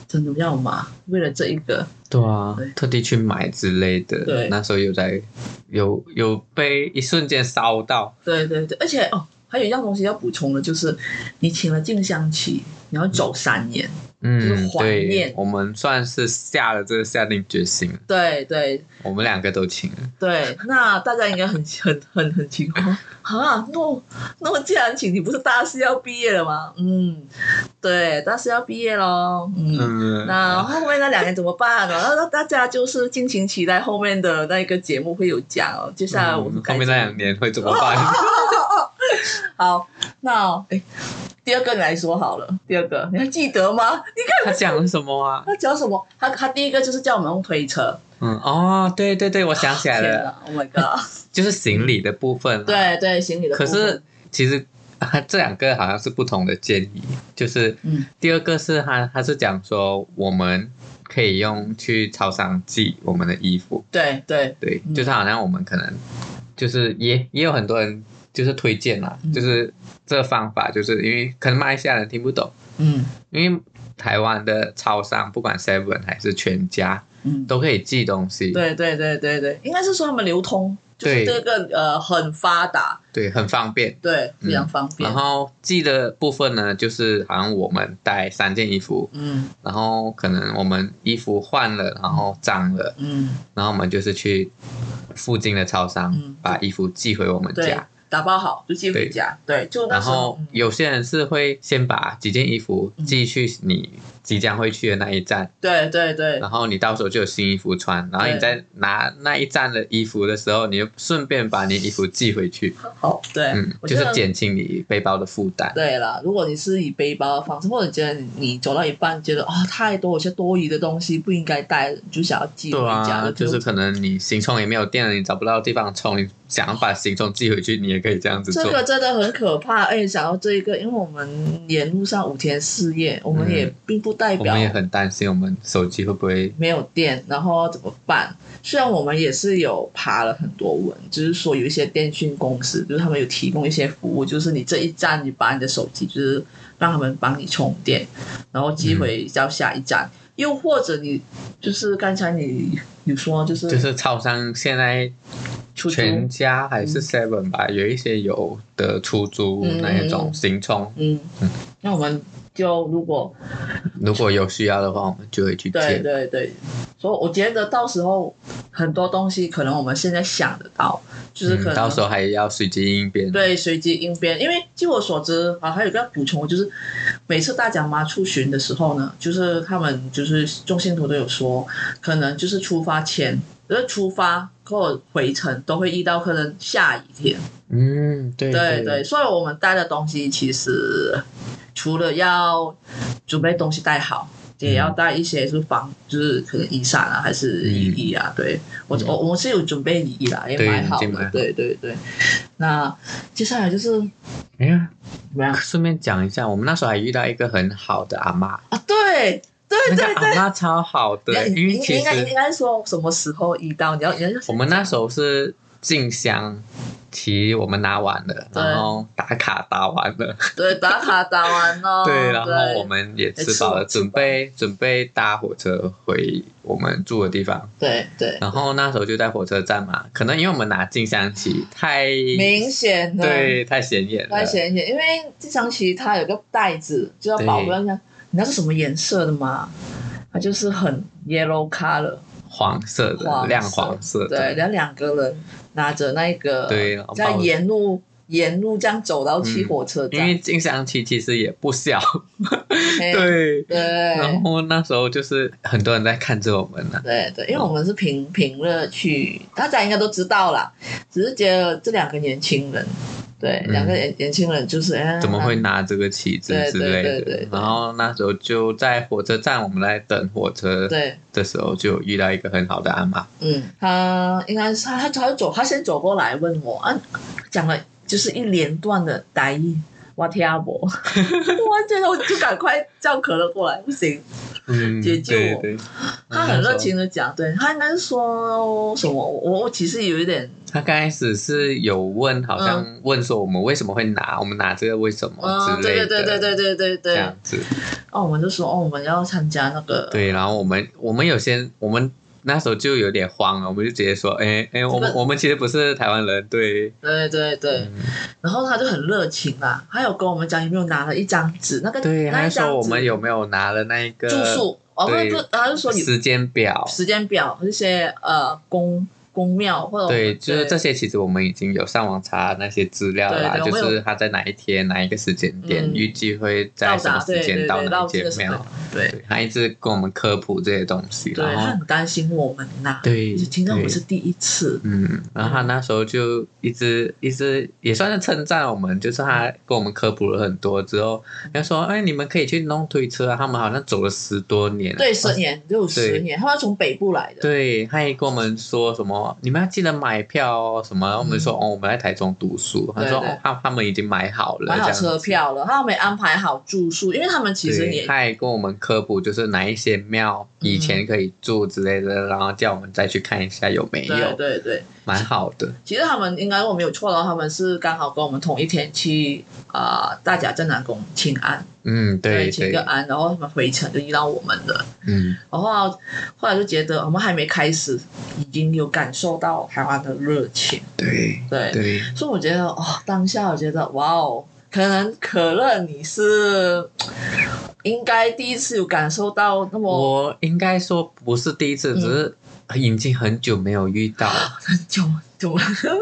S1: 真的要吗？为了这一个，
S2: 对啊
S1: 对，
S2: 特地去买之类的，
S1: 对
S2: 那时候有在有有被一瞬间烧到，
S1: 对对对，而且哦，还有一样东西要补充的，就是你请了静香期，你要走三年。就是
S2: 嗯，
S1: 怀念
S2: 对，我们算是下了这个下定决心了，
S1: 对对
S2: 我们两个都请了，
S1: 对，那大家应该很很很很奇怪啊，诺诺既然请你不是大四要毕业了吗？嗯，对，大四要毕业喽，嗯。
S2: 嗯，
S1: 那后面那两年怎么办呢？那那大家就是敬情期待后面的那个节目会有讲哦。接下来我们
S2: 嗯
S1: 该
S2: 后面那两年会怎么 办？
S1: 好，那哎，第二个你来说好了。第二个你还记得吗？你看
S2: 他讲了什么啊？
S1: 他讲什么？他他第一个就是叫我们用推车，
S2: 嗯，哦，对对对，我想起来
S1: 天
S2: 了，
S1: 哪，Oh my god！
S2: 就是行李的部分、啊。，
S1: 对对，行李的部
S2: 可
S1: 分。
S2: 是其实他这两个好像是不同的建议，就是
S1: 嗯
S2: 第二个是他他是讲说我们可以用去超商寄我们的衣服，
S1: 对对
S2: 对，
S1: 嗯
S2: 就是好像我们可能就是也也有很多人就是推荐啦，
S1: 嗯
S2: 就是这个方法，就是因为可能马来西亚人听不懂，
S1: 嗯
S2: 因为台湾的超商不管 Seven 还是全家
S1: 嗯，
S2: 都可以寄东西，
S1: 对对对对对，应该是说他们流通就是
S2: 对
S1: 这个呃很发达，
S2: 对，很方便。
S1: 对，
S2: 嗯
S1: 非常方便
S2: 然。后寄的部分呢，就是好像我们带三件衣服，
S1: 嗯
S2: 然后可能我们衣服换了，然后脏了，
S1: 嗯
S2: 然后我们就是去附近的超商、
S1: 嗯
S2: 把衣服寄回我们
S1: 对
S2: 家。，
S1: 打包好就寄回家。对，就那
S2: 然
S1: 时候
S2: 后
S1: 嗯
S2: 有些人是会先把几件衣服寄去你即将会去的那一站，
S1: 对对对
S2: 然后你到时候就有新衣服穿，然后
S1: 对
S2: 你再拿那一站的衣服的时候，你就顺便把你衣服寄回去，
S1: 好对
S2: 嗯，，
S1: 我
S2: 就
S1: 觉
S2: 是
S1: 得
S2: 减轻你背包的负担。
S1: 对啦，如果你是以背包的方式，或者觉得你走到一半觉得啊、太多有些多余的东西不应该带，你就想要寄回
S2: 对
S1: 家，
S2: 啊，
S1: 就
S2: 就是可能你行充也没有电了，你找不到地方充，你想要把行充寄回去，你也可以这样子做。
S1: 这个真的很可怕。而且想到这一个，因为我们沿路上五天四夜，我们
S2: 嗯
S1: 也并不代
S2: 我
S1: 表
S2: 们也很担心我们手机会不会
S1: 没有电，然后怎么办？虽然我们也是有爬了很多文，只是说有一些电讯公司，就是他们有提供一些服务，就是你这一站你把你的手机就是让他们帮你充电，然后
S2: 嗯
S1: 寄回到下一站。又或者你就是刚才你你说就是
S2: 就是超商现在
S1: 出租
S2: 全家还是 Seven 吧，有一些有的出租
S1: 嗯
S2: 那一种行充，
S1: 嗯，那我们就如果
S2: 如果有需要的话，我们就会去
S1: 对
S2: 借。
S1: 对对，所以我觉得到时候很多东西可能我们现在想得到，就是可能、
S2: 嗯到时候还要随机应变。，
S1: 对，随机应变。因为据我所知啊，还有一个要补充，就是每次大甲妈出巡的时候呢，就是他们就是众信徒都有说，可能就是出发前，就是出发或回程都会遇到可能下雨天。
S2: 嗯，对
S1: 对对，
S2: 对，
S1: 所以我们带的东西其实除了要准备东西带好。
S2: 嗯
S1: 也要带一些就是防，就是可能雨伞啊，还是雨衣啊。对我，我我们是有准备雨衣啦，也
S2: 嗯对
S1: 买好
S2: 已经买
S1: 了
S2: 好。
S1: 对对对。那接下来就是
S2: 哎呀，
S1: 怎么样
S2: 顺便讲一下，我们那时候还遇到一个很好的阿妈，
S1: 啊？对对
S2: 那
S1: 对
S2: 个
S1: 对
S2: 阿。妈超好的，
S1: 你
S2: 因为
S1: 你你
S2: 其
S1: 应该应
S2: 实
S1: 该说什么时候遇到？你要你要
S2: 我们那时候是进香。旗我们拿完了，
S1: 对
S2: 然后打卡打完了，
S1: 对打卡打完哦了，
S2: 对，然后我们也吃饱了，
S1: 也吃饱
S2: 准备准备搭火车回我们住的地方。
S1: 对对
S2: 然后那时候就在火车站嘛，可能因为我们拿静香旗太
S1: 明显的
S2: 对太显眼了，
S1: 来显一显，因为这张旗它有个袋子，就要
S2: 对
S1: 保护一下。你知道是什么颜色的吗？它就是很 yellow color，
S2: 黄色的
S1: 黄色
S2: 亮黄色
S1: 对，
S2: 的，
S1: 然后两个人拿着那个，
S2: 对然后
S1: 在
S2: 抱着
S1: 沿路沿路这样走到去
S2: 嗯
S1: 火车
S2: 因
S1: 站，
S2: 为静香旗其实也不小，
S1: 嘿
S2: 对。然
S1: 对
S2: 后那时候就是很多人在看着我们啊呢、
S1: 对对，因为我们是平平日去，大家应该都知道啦，只是觉得这两个年轻人，对，
S2: 嗯
S1: 两个年年轻人就是哎，
S2: 怎么会拿这个旗帜
S1: 对
S2: 之
S1: 对
S2: 类的？
S1: 对对对
S2: 然后那时候就在火车站，我们在等火车
S1: 对，
S2: 的时候，就有遇到一个很好的阿妈，
S1: 嗯，他应该是他他他就走，他先走过来问我啊，讲了就是一连段的台语，我听不， 我觉得我就赶快叫可乐过来，不行，
S2: 嗯，
S1: 解救
S2: 对
S1: 我
S2: 对，
S1: 他很热情
S2: 然后那时候。
S1: 的讲，对他应该是说什么，我我我其实有一点
S2: 他刚开始是有问，好像问说我们为什么会拿，我们拿这个为什么
S1: 嗯，
S2: 哦之
S1: 对
S2: 类
S1: 对
S2: 的，
S1: 对对对对对
S2: 这
S1: 对，
S2: 样子。
S1: 哦，我们就说哦，我们要参加那个
S2: 对，然后我们我们有些我们那时候就有点慌啊了，我们就直接说，哎哎，我们我们其实不是台湾人，对，
S1: 对对对，
S2: 嗯
S1: 然后他就很热情啦，他有跟我们讲有没有拿了一张纸，那个
S2: 对，
S1: 那
S2: 他
S1: 一
S2: 就说
S1: 张
S2: 我
S1: 纸
S2: 们有没有拿了那一个
S1: 住宿，哦不
S2: 对
S1: 不，他就说有
S2: 时间表？
S1: 时间表那些呃宫宫庙或者
S2: 对，就是这些，其实我们已经有上网查那些资料啦，
S1: 对对
S2: 就
S1: 我
S2: 是
S1: 有
S2: 他在哪一天、哪一个时间点，
S1: 嗯
S2: 预计会在
S1: 到
S2: 什么
S1: 达
S2: 时
S1: 对
S2: 间
S1: 对
S2: 到
S1: 对
S2: 哪
S1: 到
S2: 一
S1: 这
S2: 间
S1: 个时间
S2: 庙。
S1: 对
S2: 对，他一直跟我们科普这些东西，
S1: 对，
S2: 然
S1: 他
S2: 后
S1: 很担心我们呐，
S2: 对，
S1: 就听到我们
S2: 对
S1: 是第一次，
S2: 嗯，然后他那时候就一直一直也算是称赞我们，就是他跟我们科普了很多之后，他说：“哎，你们可以去弄推车啊，他们好像走了十多年。”
S1: 对，十年六十年，他们从北部来的，
S2: 对，他也跟我们说什么，你们要记得买票哦，什么？然后我们说、哦，我们在台中读书。他
S1: 嗯对
S2: 说
S1: 对
S2: 哦，他他们已经买好了，
S1: 买好
S2: 这样
S1: 车票了，他们也安排好住宿，因为他们其实
S2: 对
S1: 也
S2: 他还跟我们科普，就是哪一些庙以
S1: 嗯
S2: 前可以住之类的，然后叫我们再去看一下有没
S1: 对
S2: 有，
S1: 对对，
S2: 蛮好的。
S1: 其实他们应该我没有错的话，他们是刚好跟我们同一天去啊、呃大甲镇南宫请安，
S2: 嗯，对
S1: 请个安，然后他们回程就遇到我们了。
S2: 嗯，
S1: 然后后来就觉得我们还没开始，已经有感受到台湾的热情，
S2: 对
S1: 对，
S2: 对。
S1: 所以我觉得哦，当下我觉得哇哦，可能可乐你是应该第一次有感受到那么
S2: 我应该说不是第一次，
S1: 嗯
S2: 只是已经很久没有遇 到，
S1: 久久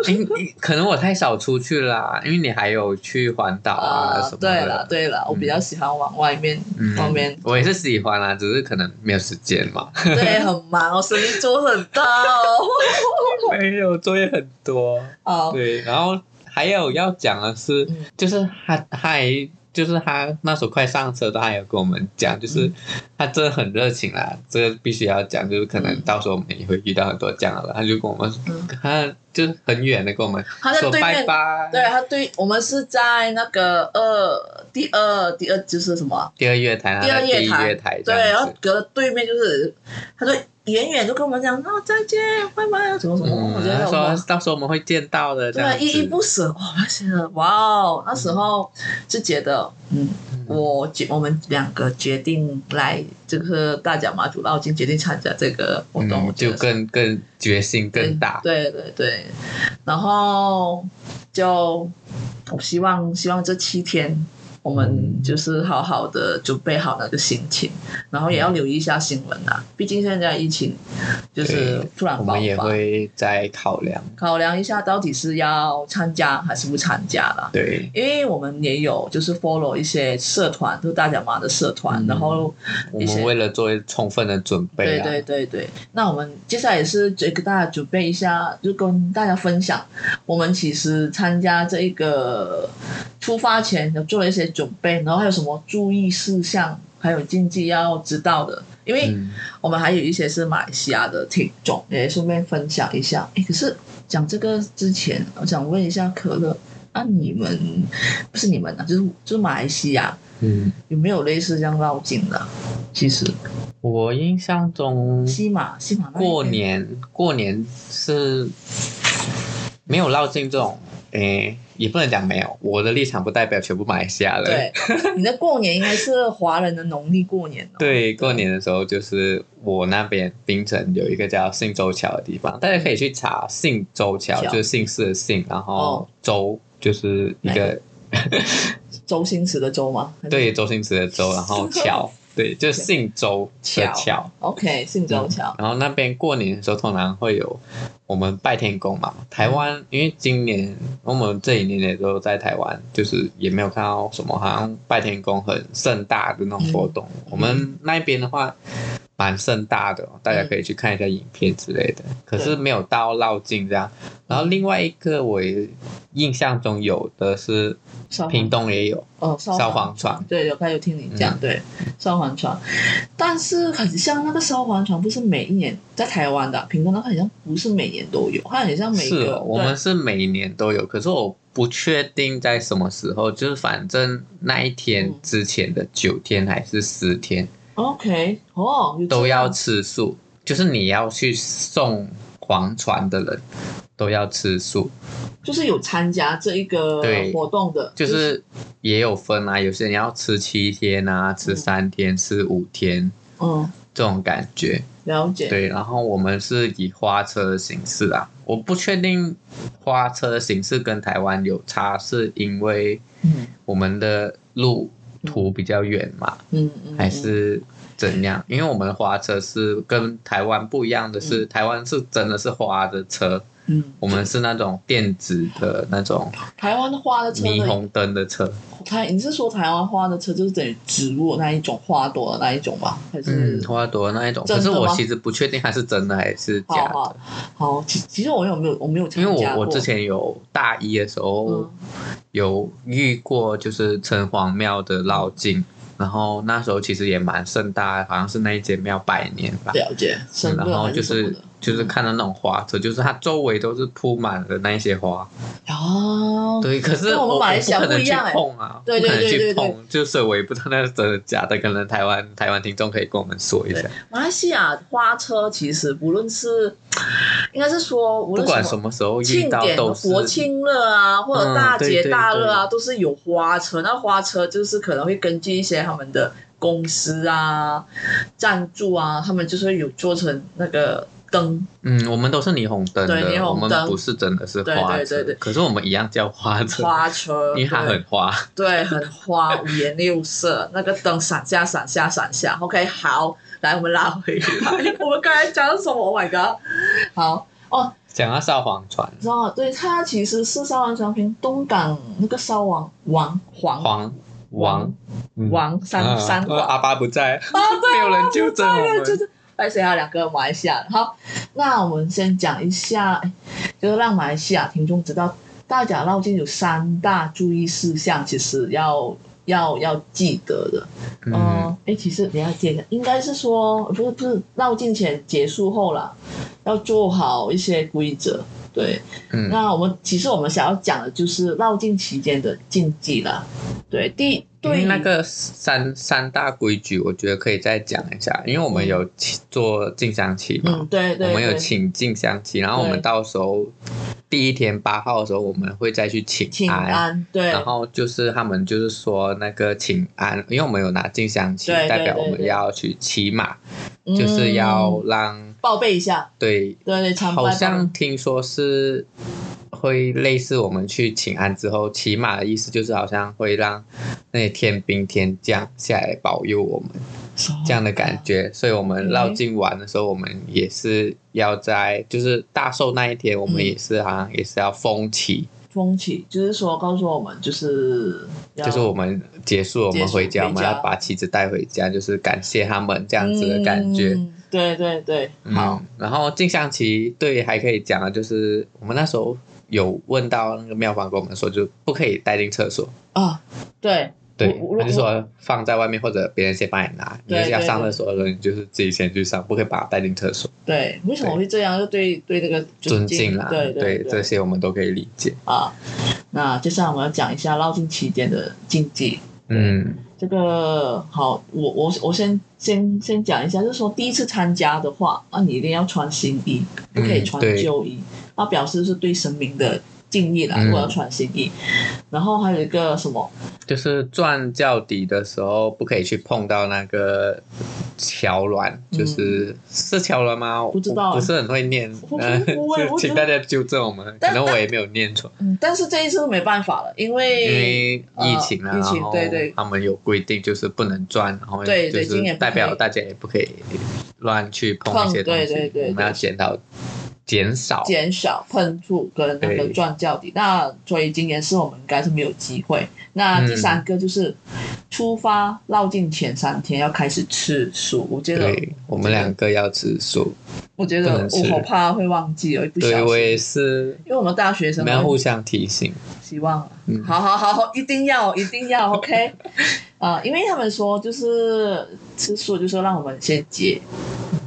S2: 因因可能我太少出去啦，因为你还有去环岛啊什么
S1: 对了
S2: 的。
S1: 对了，我比较喜欢往外面
S2: 嗯
S1: 方面
S2: 我也是喜欢啦，只是可能没有时间嘛，
S1: 对，很忙哦，生意做很大哦。
S2: 没有作业很多。
S1: 哦，
S2: 对，然后还有要讲的是，
S1: 嗯
S2: 就是他他还就是他那时候快上车，他还有跟我们讲，就是
S1: 嗯
S2: 他真的很热情啦，这个必须要讲，就是可能
S1: 嗯
S2: 到时候我们也会遇到很多这样的人，他就跟我们
S1: 嗯，
S2: 他就是很远的跟我们
S1: 他在
S2: 说
S1: 对
S2: 拜
S1: 面，
S2: 拜。
S1: 对他对我们是在那个二第二第二就是什么啊？
S2: 第二月台，
S1: 第二
S2: 然后在
S1: 月
S2: 第一
S1: 台
S2: 月台这
S1: 对，然
S2: 样
S1: 后
S2: 子。
S1: 隔对面就是，他就远远就跟我们讲，那、再见，拜拜，啊怎么怎么，哦我觉
S2: 嗯，
S1: 得
S2: 他
S1: 我们
S2: 说到时候我们会见到的，这
S1: 对
S2: 样
S1: 啊，
S2: 子。
S1: 依依不舍，哇，那些人，哇哦，那时候就觉得，嗯，我决我们两个决定来这个大甲妈祖绕境，决定参加这个活动，我
S2: 嗯，
S1: 觉
S2: 就
S1: 得
S2: 更更决心更大。
S1: 对对对，然后就我希望希望这七天我们就是好好的准备好那个心情，然后也要留意一下新闻啊，毕竟现在疫情就是突然
S2: 嗯我
S1: 爆
S2: 们也
S1: 发，
S2: 会再考量。
S1: 考量一下到底是要参加还是不参加啦。
S2: 对，
S1: 因为我们也有就是 follow 一些社团，就是大甲妈的社团，
S2: 嗯
S1: 然后
S2: 我
S1: 一些
S2: 们为了做充分的准备
S1: 对
S2: 啊，
S1: 对对对，那我们接下来也是给大家准备一下，就跟大家分享，我们其实参加这一个出发前有做了一些准备，然后还有什么注意事项，还有禁忌要知道的，因为
S2: 嗯，
S1: 我们还有一些是马来西亚的听众，也顺便分享一下。诶，可是讲这个之前，我想问一下可乐，那、你们不是你们啊，就是就是马来西亚
S2: 嗯，
S1: 有没有类似这样绕境的啊？其实
S2: 我印象中
S1: 西马西马那一边
S2: 过年过年是没有绕境这种，诶，也不能讲没有，我的立场不代表全部马来西亚人。
S1: 对，你的过年应该是华人的农历过年、哦。
S2: 对，过年的时候就是我那边槟城有一个叫信州桥的地方，大家可以去查信州桥，
S1: 桥
S2: 就是姓氏的姓，然
S1: 哦
S2: 后州就是一
S1: 哪
S2: 个
S1: 周星驰的周吗？还是
S2: 对周星驰的周，然后桥对，就是信州的
S1: 桥
S2: 桥。
S1: ，OK，姓周桥，
S2: 然后那边过年的时候，通常会有我们拜天公嘛。台湾因为今年我们这一年也都在台湾，就是也没有看到什么好像拜天公很盛大的那种活动。我们那边的话蛮盛大的哦，大家可以去看一下影片之类的。可是没有到绕境这样。然后另外一个我也印象中有的是
S1: 烧
S2: 屏
S1: 黄
S2: 东也有，
S1: 哦，烧
S2: 烧
S1: 黄
S2: 黄船
S1: 对，有刚有听你
S2: 嗯
S1: 讲，对，烧黄船，但是很像那个烧黄船，不是每一年在台湾的啊屏东那个好像不是每年都有，它很像每
S2: 是
S1: 个
S2: 哦，我
S1: 对
S2: 们是每年都有，可是我不确定在什么时候，就是反正那一天
S1: 嗯
S2: 之前的九天还是十天
S1: OK 哦，有这
S2: 都要
S1: 样
S2: 吃素，就是你要去送黄船的人都要吃素，
S1: 就是有参加这一个
S2: 对
S1: 活动的，
S2: 就是也有分啊，有些人要吃七天啊，吃
S1: 嗯
S2: 三天，吃五天
S1: 嗯，
S2: 这种感觉。
S1: 了解，
S2: 对，然后我们是以花车的形式啊，我不确定花车的形式跟台湾有差，是因为
S1: 嗯
S2: 我们的路途比较远嘛，
S1: 嗯嗯，
S2: 还是怎样？因为我们的花车是跟台湾不一样的是，台湾是真的是花的车，
S1: 嗯，
S2: 我们是那种电子的那种
S1: 台湾花的车
S2: 霓
S1: 的，
S2: 虹灯的车，
S1: 台你是说台湾花的车就是等于植物那一种花朵的那一种吧？还是
S2: 嗯，花朵那一种。
S1: 真
S2: 可
S1: 的
S2: 是我
S1: 吗
S2: 其实不确定它是真的还是
S1: 好
S2: 假
S1: 好
S2: 的，
S1: 好，其其实我有没有我没有参
S2: 因为
S1: 加
S2: 我
S1: 过，
S2: 我之前有大一的时候。
S1: 嗯
S2: 有遇过就是城隍庙的绕境，然后那时候其实也蛮盛大，好像是那一间庙百年吧。
S1: 了解，
S2: 嗯
S1: 深
S2: 然
S1: 乐
S2: 后
S1: 还
S2: 就是
S1: 什么
S2: 是
S1: 的嗯
S2: 就是看到那种花车，就是它周围都是铺满了那一些花。
S1: 哦，
S2: 对，可是
S1: 跟我们
S2: 我
S1: 马来西亚
S2: 我不
S1: 不
S2: 可能
S1: 一
S2: 去
S1: 样欸
S2: 碰啊，
S1: 对对
S2: 不可能
S1: 对
S2: 去
S1: 对对
S2: 碰，就是我也不知道那是真的假的，可能台湾台湾听众可以跟我们说一下，
S1: 马来西亚花车其实不论是应该是说无
S2: 不
S1: 论
S2: 管
S1: 什
S2: 什
S1: 么。
S2: 么时候遇
S1: 庆
S2: 到
S1: 典、
S2: 都
S1: 国
S2: 是。
S1: 庆日啊，或者大
S2: 嗯对
S1: 节
S2: 对
S1: 大日啊，
S2: 对
S1: 都是有花车。那花车就是可能会根据一些他们的公司啊、赞助啊，他们就是会有做成那个灯，
S2: 嗯，我们都是霓虹灯的，
S1: 对霓
S2: 我
S1: 虹
S2: 们
S1: 灯
S2: 不是真的是
S1: 对
S2: 花
S1: 对
S2: 车，
S1: 对对
S2: 可是我们一样叫花车，
S1: 花车，
S2: 因为它
S1: 对
S2: 很花。
S1: 对，很花，五颜六色，那个灯闪下闪下闪下。OK，好，来我们拉回来，哎我们刚才讲什么？Oh my god！好，
S2: 想要烧黄船，
S1: 知道吗？对，它其实是烧完传平东港那个烧王王黄
S2: 黄王
S1: 王三三
S2: 嗯呃
S1: 王，
S2: 阿巴不在，
S1: 对
S2: 没有人纠正我们，
S1: 就是哎，谁还有两个马来西亚人？好，那我们先讲一下，哎就是让马来西亚听众知道，大甲绕境有三大注意事项，其实要要要记得的。
S2: 嗯，
S1: 嗯，哎，其实你要接一下，应该是说不是不是绕境前结束后啦，要做好一些规则。对，
S2: 嗯
S1: 那我们其实我们想要讲的就是绕境期间的禁忌啦。对，第
S2: 因为
S1: 对
S2: 那个三三大规矩，我觉得可以再讲一下，因为我们有请做静香期嘛
S1: 嗯，，对
S2: 我
S1: 对
S2: 们有
S1: 对，
S2: 请静香期，然后我
S1: 对
S2: 们到时候第一天八号的时候，我们会再去请
S1: 请
S2: 安。
S1: 安，对
S2: 然后就是他们就是说那个请安，因为我们有拿静香旗，
S1: 对对
S2: 代表
S1: 对
S2: 我们
S1: 对
S2: 要去骑马，就是要
S1: 嗯
S2: 让
S1: 报备一下，
S2: 对
S1: 对对，参拜
S2: 好
S1: 报备
S2: 像听说是会类似我们去请安之后，骑马的意思就是好像会让那些天兵天将下来保佑我们这样的感
S1: 哦
S2: 觉，所以我们绕境玩的时候，我们也是要在就是大寿那一天，我们也是好像也是要封旗，
S1: 风起，就是说告诉我们，就是要
S2: 就是我们结束我
S1: 结
S2: 们
S1: 束
S2: 回家，
S1: 回
S2: 我们要
S1: 家
S2: 把旗子带回家，就是感谢他们这样子的感觉。
S1: 嗯对对对，好
S2: 嗯，，然后进象棋对还可以讲的就是我们那时候有问到那个妙方跟我们说，就不可以带进厕所，
S1: 啊，对
S2: 对
S1: 我，我
S2: 他就说放在外面或者别人先帮你拿，你
S1: 对
S2: 就是要
S1: 对
S2: 上
S1: 对
S2: 厕所的时候，你就是自己先去上，不可以把它带进厕所。
S1: 对，为什么会这样？就对对这个
S2: 尊敬
S1: 敬
S2: 啦，
S1: 对
S2: 这
S1: 对
S2: 些我们都可以理解。
S1: 啊。那接下来我们要讲一下绕境期间的禁忌。
S2: 嗯
S1: 这个好，我我我先先先讲一下，就是说第一次参加的话，啊，你一定要穿新衣，不可以
S2: 嗯
S1: 穿
S2: 对
S1: 旧衣，啊，表示是对神明的敬意啦。
S2: 嗯
S1: 如果要穿新衣，然后还有一个什么，
S2: 就是转轿底的时候，不可以去碰到那个桥卵，就是、是桥卵吗？我
S1: 嗯不知道
S2: 不是很会念
S1: 我，
S2: 呃
S1: 我也
S2: 就
S1: 我觉
S2: 请
S1: 得
S2: 大家纠正我们，可
S1: 但
S2: 能我也没有念错，
S1: 嗯，但是这一次没办法了，因
S2: 因
S1: 为
S2: 为疫情啊，
S1: 呃疫情
S2: 然后
S1: 对对
S2: 他们有规定，就是不能转，然后
S1: 对
S2: 就
S1: 对今
S2: 是
S1: 年不可
S2: 代
S1: 以
S2: 表大家也不可以乱去碰
S1: 碰
S2: 一些东西，
S1: 对对对
S2: 我们要
S1: 对
S2: 减到减少，
S1: 减少碰触跟那个
S2: 对
S1: 转教底，那所以今年是我们应该是没有机会。
S2: 嗯
S1: 那第三个就是出发绕境前三天要开始吃素，我觉得
S2: 对我们两个要吃素，
S1: 我觉
S2: 不
S1: 得
S2: 能吃
S1: 我好怕会忘记哦，一不小
S2: 对我
S1: 心，
S2: 也是，
S1: 因为我们大学
S2: 我
S1: 生
S2: 们要
S1: 嘛
S2: 互相提醒，
S1: 希望啊
S2: 嗯
S1: 好好好好，一定要一定要 OK，啊、 因为他们说就是吃素，就说让我们先解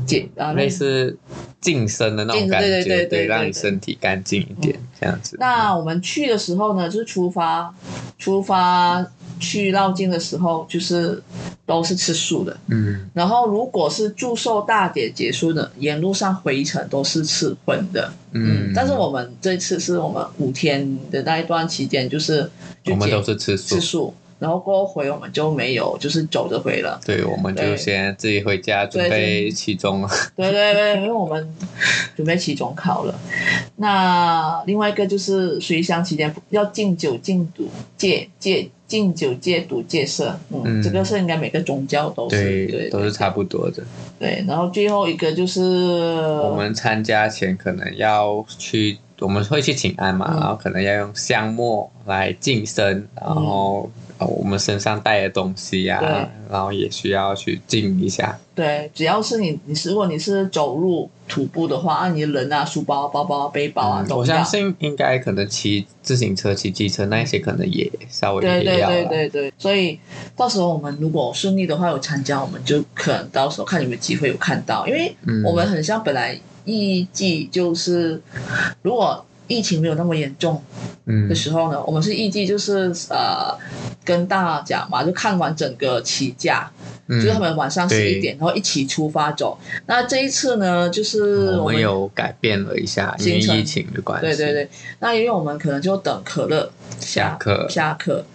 S1: 解啊，
S2: 类似净身的那种
S1: 净
S2: 感觉，
S1: 对对对对对
S2: 让你
S1: 对
S2: 身体干净一点，这样子。
S1: 那我们去的时候呢，就是出发出发去绕境的时候，就是都是吃素的。
S2: 嗯，
S1: 然后如果是祝寿大典结束的，沿路上回程都是吃荤的。
S2: 嗯
S1: 但是我们这次是我们五天的那一段期间，就是就
S2: 我们
S1: 结
S2: 都是吃素
S1: 吃，素，然后过后回我们就没有，就是走着回了。
S2: 对，我们就
S1: 对
S2: 先自己回家准
S1: 对
S2: 备期中了。
S1: 对对对，因为我们准备期中考了。那另外一个就是随乡期间要禁酒、禁毒、戒戒禁酒、戒毒、戒色。嗯，
S2: 嗯
S1: 这个是应该每个宗教都是
S2: 对，
S1: 对
S2: 都是差不多的。
S1: 对。然后最后一个就是我
S2: 我们参加前可能要去，我们会去请安嘛，
S1: 嗯
S2: 然后可能要用香末来净身，然后呃我们身上带的东西呀、
S1: 嗯对
S2: 然后也需要去净一下。
S1: 对，只要是你你是如果你是走路徒步的话，啊，你的人啊、书包啊、包包啊、背包啊
S2: 嗯，
S1: 都
S2: 我
S1: 要
S2: 相信应该可能骑自行车、骑机车那一些可能也稍微
S1: 对
S2: 也
S1: 对
S2: 要啊
S1: 对
S2: 啦
S1: 对对，所以到时候我们如果顺利的话有参加，我们就可能到时候看有没有机会有看到，因为
S2: 嗯
S1: 我们很像本来预计就是，如果疫情没有那么严重
S2: 嗯
S1: 的时候呢，我们是预计就是呃跟大家嘛，就看完整个起价，
S2: 嗯
S1: 就是他们晚上十
S2: 对
S1: 一点，然后一起出发走。那这一次呢，就是
S2: 嗯我
S1: 我
S2: 们
S1: 们
S2: 有改变了一下，因为
S1: 行程
S2: 疫情的关系。
S1: 对对对，那因为我们可能就等可乐下
S2: 下课
S1: 下课，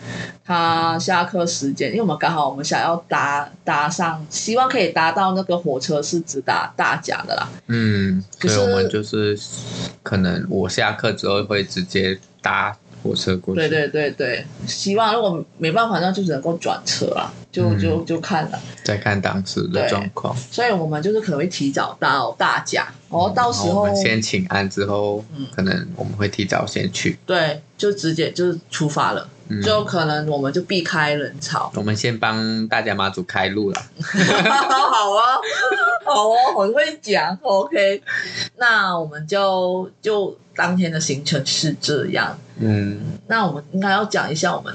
S1: 他下课时间，因为我们刚好我们想要搭搭上，希望可以搭到那个火车是直达大甲的啦。
S2: 嗯，
S1: 可
S2: 所以
S1: 是
S2: 我们就是可能我下课之后会直接搭火车过去。
S1: 对对对对，希望如果没办法，那就只能够转车啦，就、
S2: 嗯
S1: 就就看了。
S2: 再看当时的
S1: 对
S2: 状况。嗯
S1: 所以我们就是可能会提早到大甲，然后哦到时
S2: 然后
S1: 候
S2: 我们先请安之后，
S1: 嗯
S2: 可能我们会提早先去。
S1: 对，就直接就是出发了，
S2: 嗯，
S1: 就可能我们就避开人潮。
S2: 我们先帮大家妈祖开路了。
S1: 好
S2: 哦
S1: 啊， 好啊，很会讲。OK，那我们就就当天的行程是这样。
S2: 嗯，
S1: 那我们应该要讲一下我们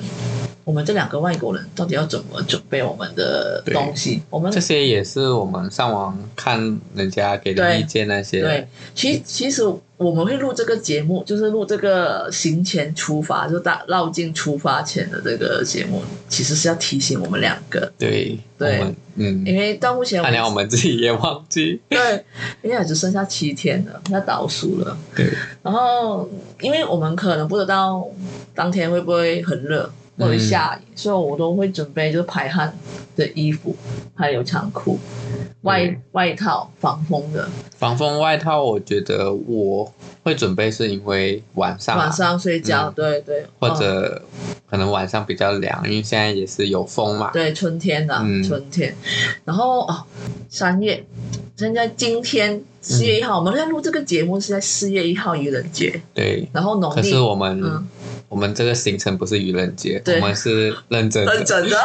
S1: 我们这两个外国人到底要怎么准备我们的
S2: 对
S1: 东西。我们
S2: 这些也是我们上网看人家给的
S1: 对
S2: 意见那些。
S1: 对，其其实我们会录这个节目，就是录这个行前出发，就大绕境出发前的这个节目，其实是要提醒我们两个，
S2: 对
S1: 对
S2: 我们嗯，
S1: 因为到目前为
S2: 看
S1: 止
S2: 来我们自己也忘记。
S1: 对，因为只剩下七天了，要倒数了。
S2: 对，
S1: 然后，因为我们可能不知道当天会不会很热或者
S2: 嗯
S1: 下雨，所以我都会准备就是排汗的衣服，还有长裤。外
S2: 对
S1: 外套防风的，
S2: 防风外套，我觉得我会准备是因为晚上啊、
S1: 晚上睡觉，
S2: 嗯
S1: 对对，
S2: 或
S1: 嗯
S2: 者可能晚上比较凉，因为现在也是有风嘛。
S1: 对，春天的、
S2: 嗯
S1: 春天。然后哦，三月，现在今天四月一
S2: 嗯
S1: 号，我们在录这个节目是在四月一号愚人节，
S2: 对，
S1: 然后农
S2: 可
S1: 历
S2: 是我们、
S1: 哦嗯
S2: 我们这个行程不是愚人节，
S1: 对
S2: 我们是认 呃真的。
S1: 认真的。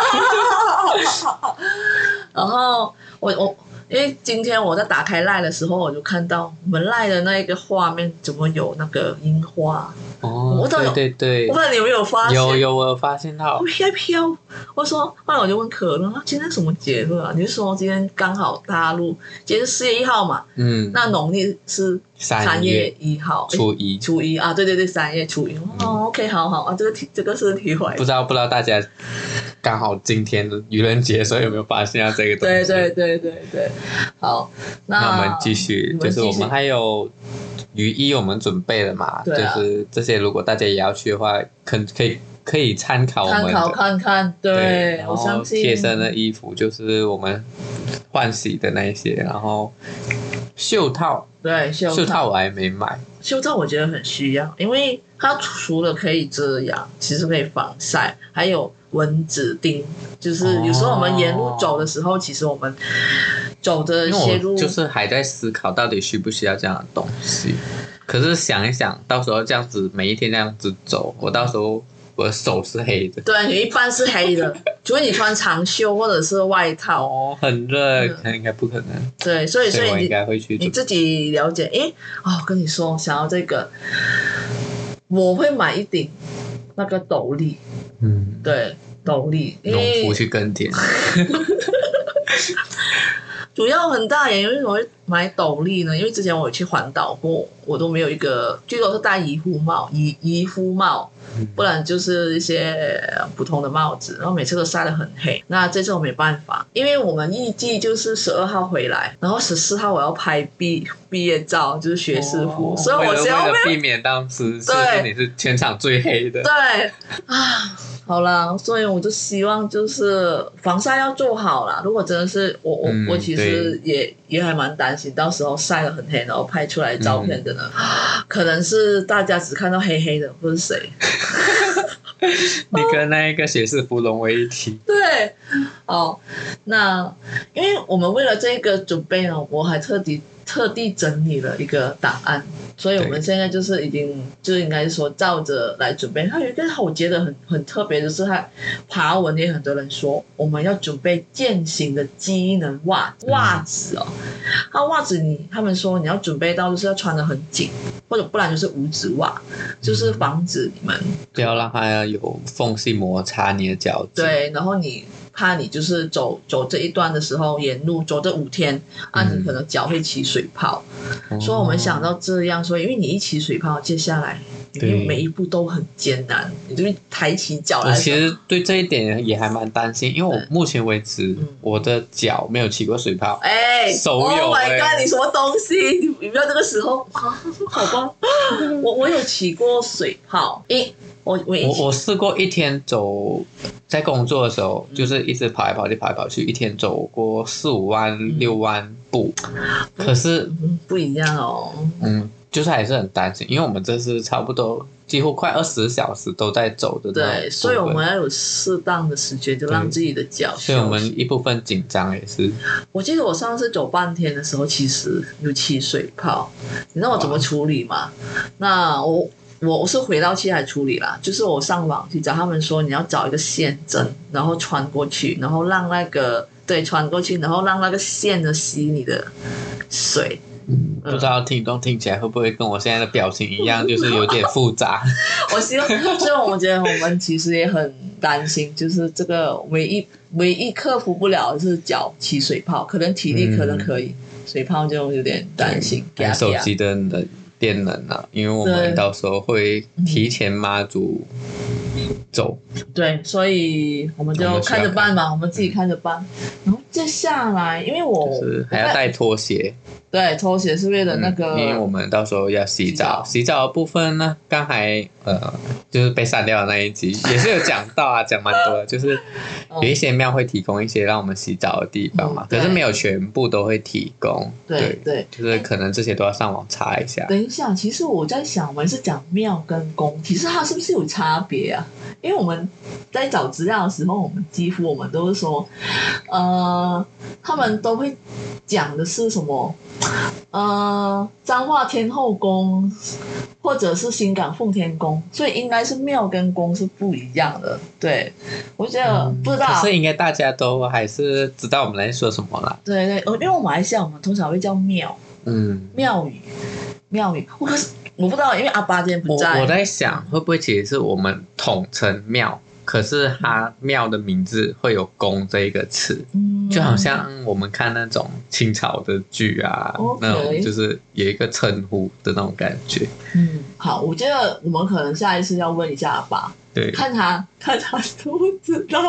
S1: 然后我我因为今天我在打开赖的时候，我就看到我们赖的那个画面怎么有那个樱花，
S2: 哦，
S1: 我都有
S2: 对对
S1: 我不
S2: 对，
S1: 知道你有没有发现。
S2: 有有我有发现到
S1: 我，飘飘，我说，后来我就问可乐，啊今天什么节日啊？你就说今天刚好大陆，今天是四月一号嘛，
S2: 嗯，
S1: 那农历是
S2: 三
S1: 月
S2: 月
S1: 一号，诶
S2: 初一，嗯
S1: 初一啊，对对对，三月初一。哦，OK，好好啊，这个题这个是题外
S2: 不。知道不知道大家刚好今天愚人节，所以有没有发现到这个东
S1: 对
S2: 西？
S1: 对对对对，好，那
S2: 那我们继续，
S1: 你们
S2: 就是我
S1: 继续
S2: 们还有雨衣，我们准备了嘛？
S1: 对啊
S2: 就是这些，如果大家也要去的话，可可以可以参考我
S1: 参
S2: 们
S1: 考
S2: 的。
S1: 看看，
S2: 对，
S1: 对
S2: 然
S1: 我相
S2: 后
S1: 信
S2: 贴身的衣服就是我们换洗的那一些，然后袖套，
S1: 对袖
S2: 袖
S1: 套，
S2: 套我还没买，
S1: 袖套我觉得很需要，因为它除了可以遮阳，其实可以防晒，还有蚊子叮。就是有时候我们沿路走的时候，其实我们走的
S2: 因
S1: 些
S2: 为
S1: 路
S2: 我就是还在思考到底需不需要这样的东西。可是想一想，到时候这样子每一天这样子走，我到时候我的手是黑的，
S1: 对，有一半是黑的，除非你穿长袖或者是外套。
S2: 哦，很热
S1: 嗯，
S2: 那应该不可能，
S1: 对，所以所
S2: 所以我
S1: 以
S2: 应
S1: 你
S2: 该会去
S1: 你
S2: 准备。
S1: 自己了解。诶，哦，我跟你说，想要这个，我会买一顶那个斗笠，
S2: 嗯，
S1: 对，斗笠，因
S2: 农
S1: 为
S2: 夫去耕田，
S1: 主要很大原因为什么会买斗笠呢？因为之前我有去环岛过，我都没有一个，最多是戴渔夫帽、渔渔夫帽，
S2: 嗯
S1: 不然就是一些普通的帽子，然后每次都晒得很黑。那这次我没办法，因为我们预计就是十二号回来，然后十四号我要拍毕毕业照，就是学士服，
S2: 哦
S1: 所以我
S2: 为了
S1: 想要
S2: 为了避免当时是
S1: 对
S2: 你是全场最黑的，
S1: 对啊，好啦，所以我就希望就是防晒要做好啦。如果真的是我我、
S2: 嗯
S1: 我其实也也还蛮担心，到时候晒得很黑，然后拍出来照片真的、啊可能是大家只看到黑黑的，不是谁。
S2: 你跟那一个学士服融为一体。
S1: 对，哦，那因为我们为了这个准备呢，我还特地特地整理了一个档案，所以我们
S2: 对
S1: 现在就是已经就应该是说照着来准备。还有一个我觉得很很特别的是，它爬文也很多人说我们要准备践行的机能袜袜子哦，它袜子你他们说你要准备到就是要穿的很紧，或者不然就是五指袜，就是防止你们
S2: 不要让它有缝隙摩擦你的脚趾。，
S1: 对，然后你怕你就是走走这一段的时候，沿路走这五天，啊，
S2: 嗯
S1: 你可能脚会起水泡。
S2: 哦
S1: 所以我们想，到这样，所以因为你一起水泡，接下来你
S2: 对
S1: 每一步都很艰难，你就抬起脚
S2: 我
S1: 来。
S2: 其实对这一点也还蛮担心，因为我
S1: 对
S2: 目前为止
S1: 嗯
S2: 我的脚没有起过水泡。
S1: 哎、
S2: 手
S1: o
S2: 有
S1: h my
S2: 哎
S1: god！你什么东西？你你不要这个时候，好吧？我我有起过水泡，一我我一
S2: 我
S1: 起
S2: 我试过一天走，在工作的时候，
S1: 嗯
S2: 就是一直跑来跑去，跑来跑去，一天走过四五万、六万步，可是
S1: 嗯不一样哦。
S2: 嗯，就是还是很担心，因为我们这是差不多几乎快二十小时都在走的那种部
S1: 对，
S2: 分，
S1: 所以我们要有适当的时间，就让
S2: 啊对
S1: 自己的脚休息。
S2: 所以我们一部分紧张也是，
S1: 我记得我上次走半天的时候，其实有起水泡，你知道我怎么处理吗？那我我我是回到器材处理啦，就是我上网去找他们说，你要找一个线针，然后穿过去，然后让那个对穿过去，然后让那个线呢吸你的水。
S2: 嗯，不知道听众听起来会不会跟我现在的表情一样，就是有点复 杂。
S1: 我希望，所以我觉得我们其实也很担心，就是这个唯一唯一克服不了的是脚起水泡，可能体力可能可以，水泡就有点担心。
S2: 买手
S1: 怕怕
S2: 机的能电能啊，因为我
S1: 对
S2: 们到时候会提前妈祖走，
S1: 对，所以我们
S2: 我
S1: 就
S2: 们需要
S1: 看着
S2: 嗯
S1: 办吧，我们自己看着办。然后接下来，因为我
S2: 就是还要带拖鞋，嗯
S1: 对，拖鞋是为了那个，
S2: 嗯因为我们到时候要洗澡，洗澡的部分呢，刚才呃就是被删掉的那 一集也是有讲到啊，讲蛮多的，就是有一些庙会提供一些让我们洗澡的地方嘛
S1: 嗯，对
S2: 可是没有全部都会提供，
S1: 对对
S2: 对，就是可能这些都要上网查一下。
S1: 等一下，其实我在想，我们是讲庙跟宫，其实它是不是有差别啊？因为我们在找资料的时候，我们几乎我们都是说，呃，他们都会讲的是什么？呃，彰化天后宫，或者是新港奉天宫，所以应该是庙跟宫是不一样的。对，我觉得、嗯不知道，
S2: 嗯可是应该大家都还是知道我们在说什么啦。
S1: 对对，呃因为我马来西亚我们通常会叫庙
S2: 嗯，
S1: 庙宇庙宇，我可是我不知道，因为阿爸今天不
S2: 我
S1: 在，
S2: 我在想，会不会其实是我们统称庙，可是它庙的名字会有“宫”这一个词，
S1: 嗯
S2: 就好像我们看那种清朝的剧啊
S1: OK
S2: 那种就是有一个称呼的那种感觉。
S1: 嗯，好，我觉得我们可能下一次要问一下阿爸，
S2: 对，
S1: 看他 看他知不知道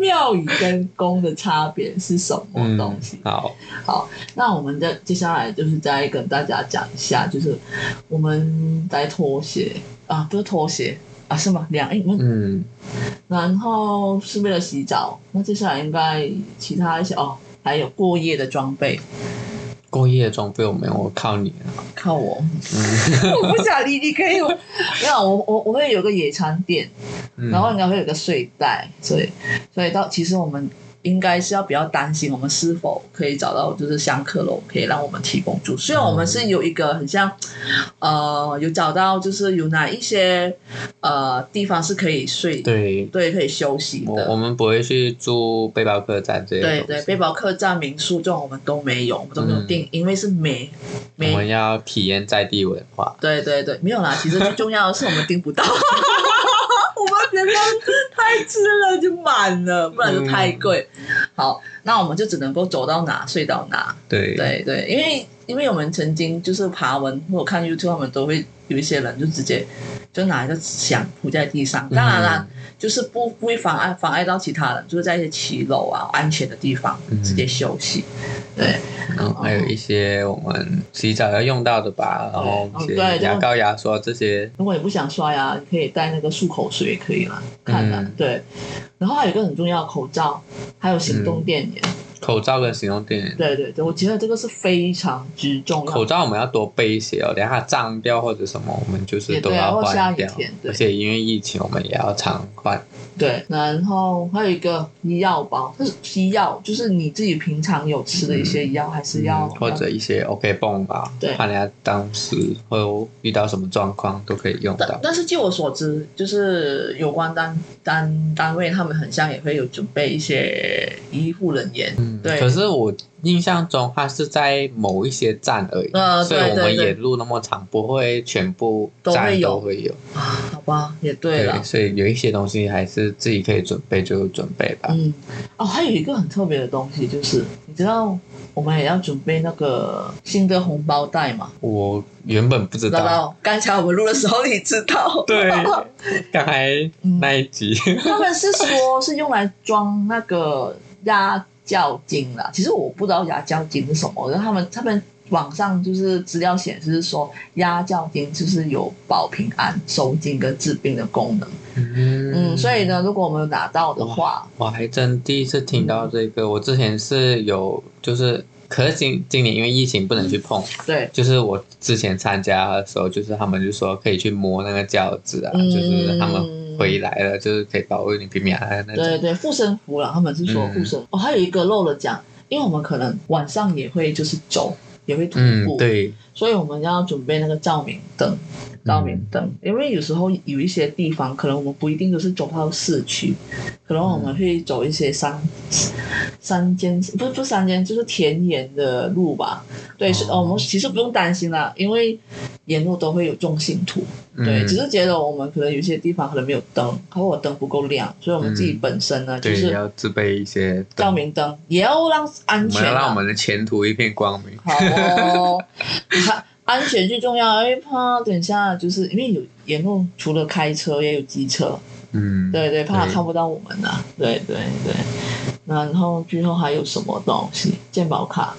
S1: 庙宇跟宫的差别是什么东西。
S2: 嗯好，
S1: 那我们的接下来就是再跟大家讲一下，就是我们在拖鞋啊，不是拖鞋啊，是吗？两英文，
S2: 嗯，
S1: 然后是为了洗澡。那接下来应该其他一些哦，还有过夜的装备，
S2: 过夜的装备我没有，我靠你啊了。
S1: 靠我， 我不想理你，可以吗？没有，我我我会有个野餐垫。
S2: 嗯
S1: 然后应该会有个睡袋，所以所以到其实我们应该是要比较担心我们是否可以找到就是香客楼可以让我们提供住，虽然我们是有一个很像，呃，有找到就是有哪一些呃地方是可以睡，
S2: 对，
S1: 对，可以休息
S2: 我我
S1: 的。
S2: 们不会去住背包客栈这些
S1: 对
S2: 东西。
S1: 对，背包客栈、民宿这种我们都没有，我们都没有
S2: 嗯
S1: 订，因为是没
S2: 我
S1: 没
S2: 们要体验在地文化。
S1: 对对对，没有啦。其实最重要的是我们订不到， 我们觉得太吃了就满了，不然就太贵。嗯好，那我们就只能够走到哪睡到哪。
S2: 对
S1: 对对，因为因为我们曾经就是爬文或者看 YouTube，他们都会有一些人就直接就拿一个纸箱铺在地上，当然啦，就是不不会妨碍妨碍到其他人，就是在一些骑楼啊安全的地方
S2: 嗯
S1: 直接休息。对，
S2: 然后还有一些我们洗澡要用到的吧，然后一些
S1: 对
S2: 牙膏、牙刷这些。
S1: 如果你不想刷牙，你可以带那个漱口水也可以啦，看啦、
S2: 嗯
S1: 对。然后还有一个很重要的口罩，还有行动电源。
S2: 口罩跟行动电源，
S1: 对对对，我觉得这个是非常之重要
S2: 口
S1: 的。
S2: 罩我们要多备一些哦，等一下它脏掉或者什么，我们就是
S1: 也
S2: 都
S1: 对啊
S2: 要
S1: 或下
S2: 换
S1: 雨
S2: 掉
S1: 天。对
S2: 而且因为疫情，我们也要常换。
S1: 对，然后还有一个医药包，就是西药，就是你自己平常有吃的一些药，还是要、
S2: 嗯或者一些 OK 泵吧
S1: 对，
S2: 怕人家当时会有遇到什么状况都可以用
S1: 但
S2: 到。
S1: 但是据我所知，就是有关单单单位，他们很像也会有准备一些医护人员，
S2: 嗯，
S1: 对
S2: 可是我印象中它是在某一些站而已，
S1: 呃
S2: 所以
S1: 对
S2: 我
S1: 对
S2: 们
S1: 对
S2: 沿路那么长，不会全部
S1: 都会
S2: 站
S1: 有
S2: 都会有。
S1: 好吧，也对啊了。
S2: 所以有一些东西还是自己可以准备就准备吧。
S1: 嗯，哦，还有一个很特别的东西，就是你知道我们也要准备那个新的红包袋嘛？
S2: 我原本不知
S1: 知道
S2: 道，
S1: 到刚才我们录的时候，你知道？嗯
S2: 对刚才那一集，
S1: 他们是说是用来装那个压胶精啦。其实我不知道压胶精是什么，然后他们他们网上就是资料显示是说压胶精就是有保平安、收精跟治病的功能。 嗯，
S2: 嗯
S1: 所以呢，如果我们有拿到的话，
S2: 我还真第一次听到这个。我之前是有，就是可是今今年因为疫情不能去碰，
S1: 对，
S2: 就是我之前参加的时候，就是他们就说可以去摸那个饺子啊，
S1: 嗯
S2: 就是他们回来了，就是可以保护你平平安安那
S1: 对
S2: 种。
S1: 对，护身符了，他们是说
S2: 嗯
S1: 护身。哦，还有一个漏了讲，因为我们可能晚上也会就是走，也会徒
S2: 嗯
S1: 步，，
S2: 对，
S1: 所以我们要准备那个照明灯，照
S2: 嗯
S1: 明灯，因为有时候有一些地方可能我们不一定就是走到市区，可能我
S2: 嗯
S1: 们会走一些山、山间，不是不是山间，就是田园的路吧。对，是、
S2: 哦
S1: 我们其实不用担心啦，因为沿路都会有重信徒。对，
S2: 嗯
S1: 只是觉得我们可能有些地方可能没有灯，或我灯不够亮，所以我们自己
S2: 嗯
S1: 本身呢、就
S2: 对，
S1: 是
S2: 要自备一些灯
S1: 照，明灯，也要让安
S2: 我
S1: 全、
S2: 们要
S1: 啊。
S2: 让我们的前途一片光明。
S1: 好哦， 你看安全最重要，因为怕等一下就是因为有沿路除了开车也有机车，
S2: 嗯，
S1: 对对，怕
S2: 对
S1: 看不到我们呐、啊
S2: 嗯
S1: 对对对。然后最后还有什么东西？健保卡，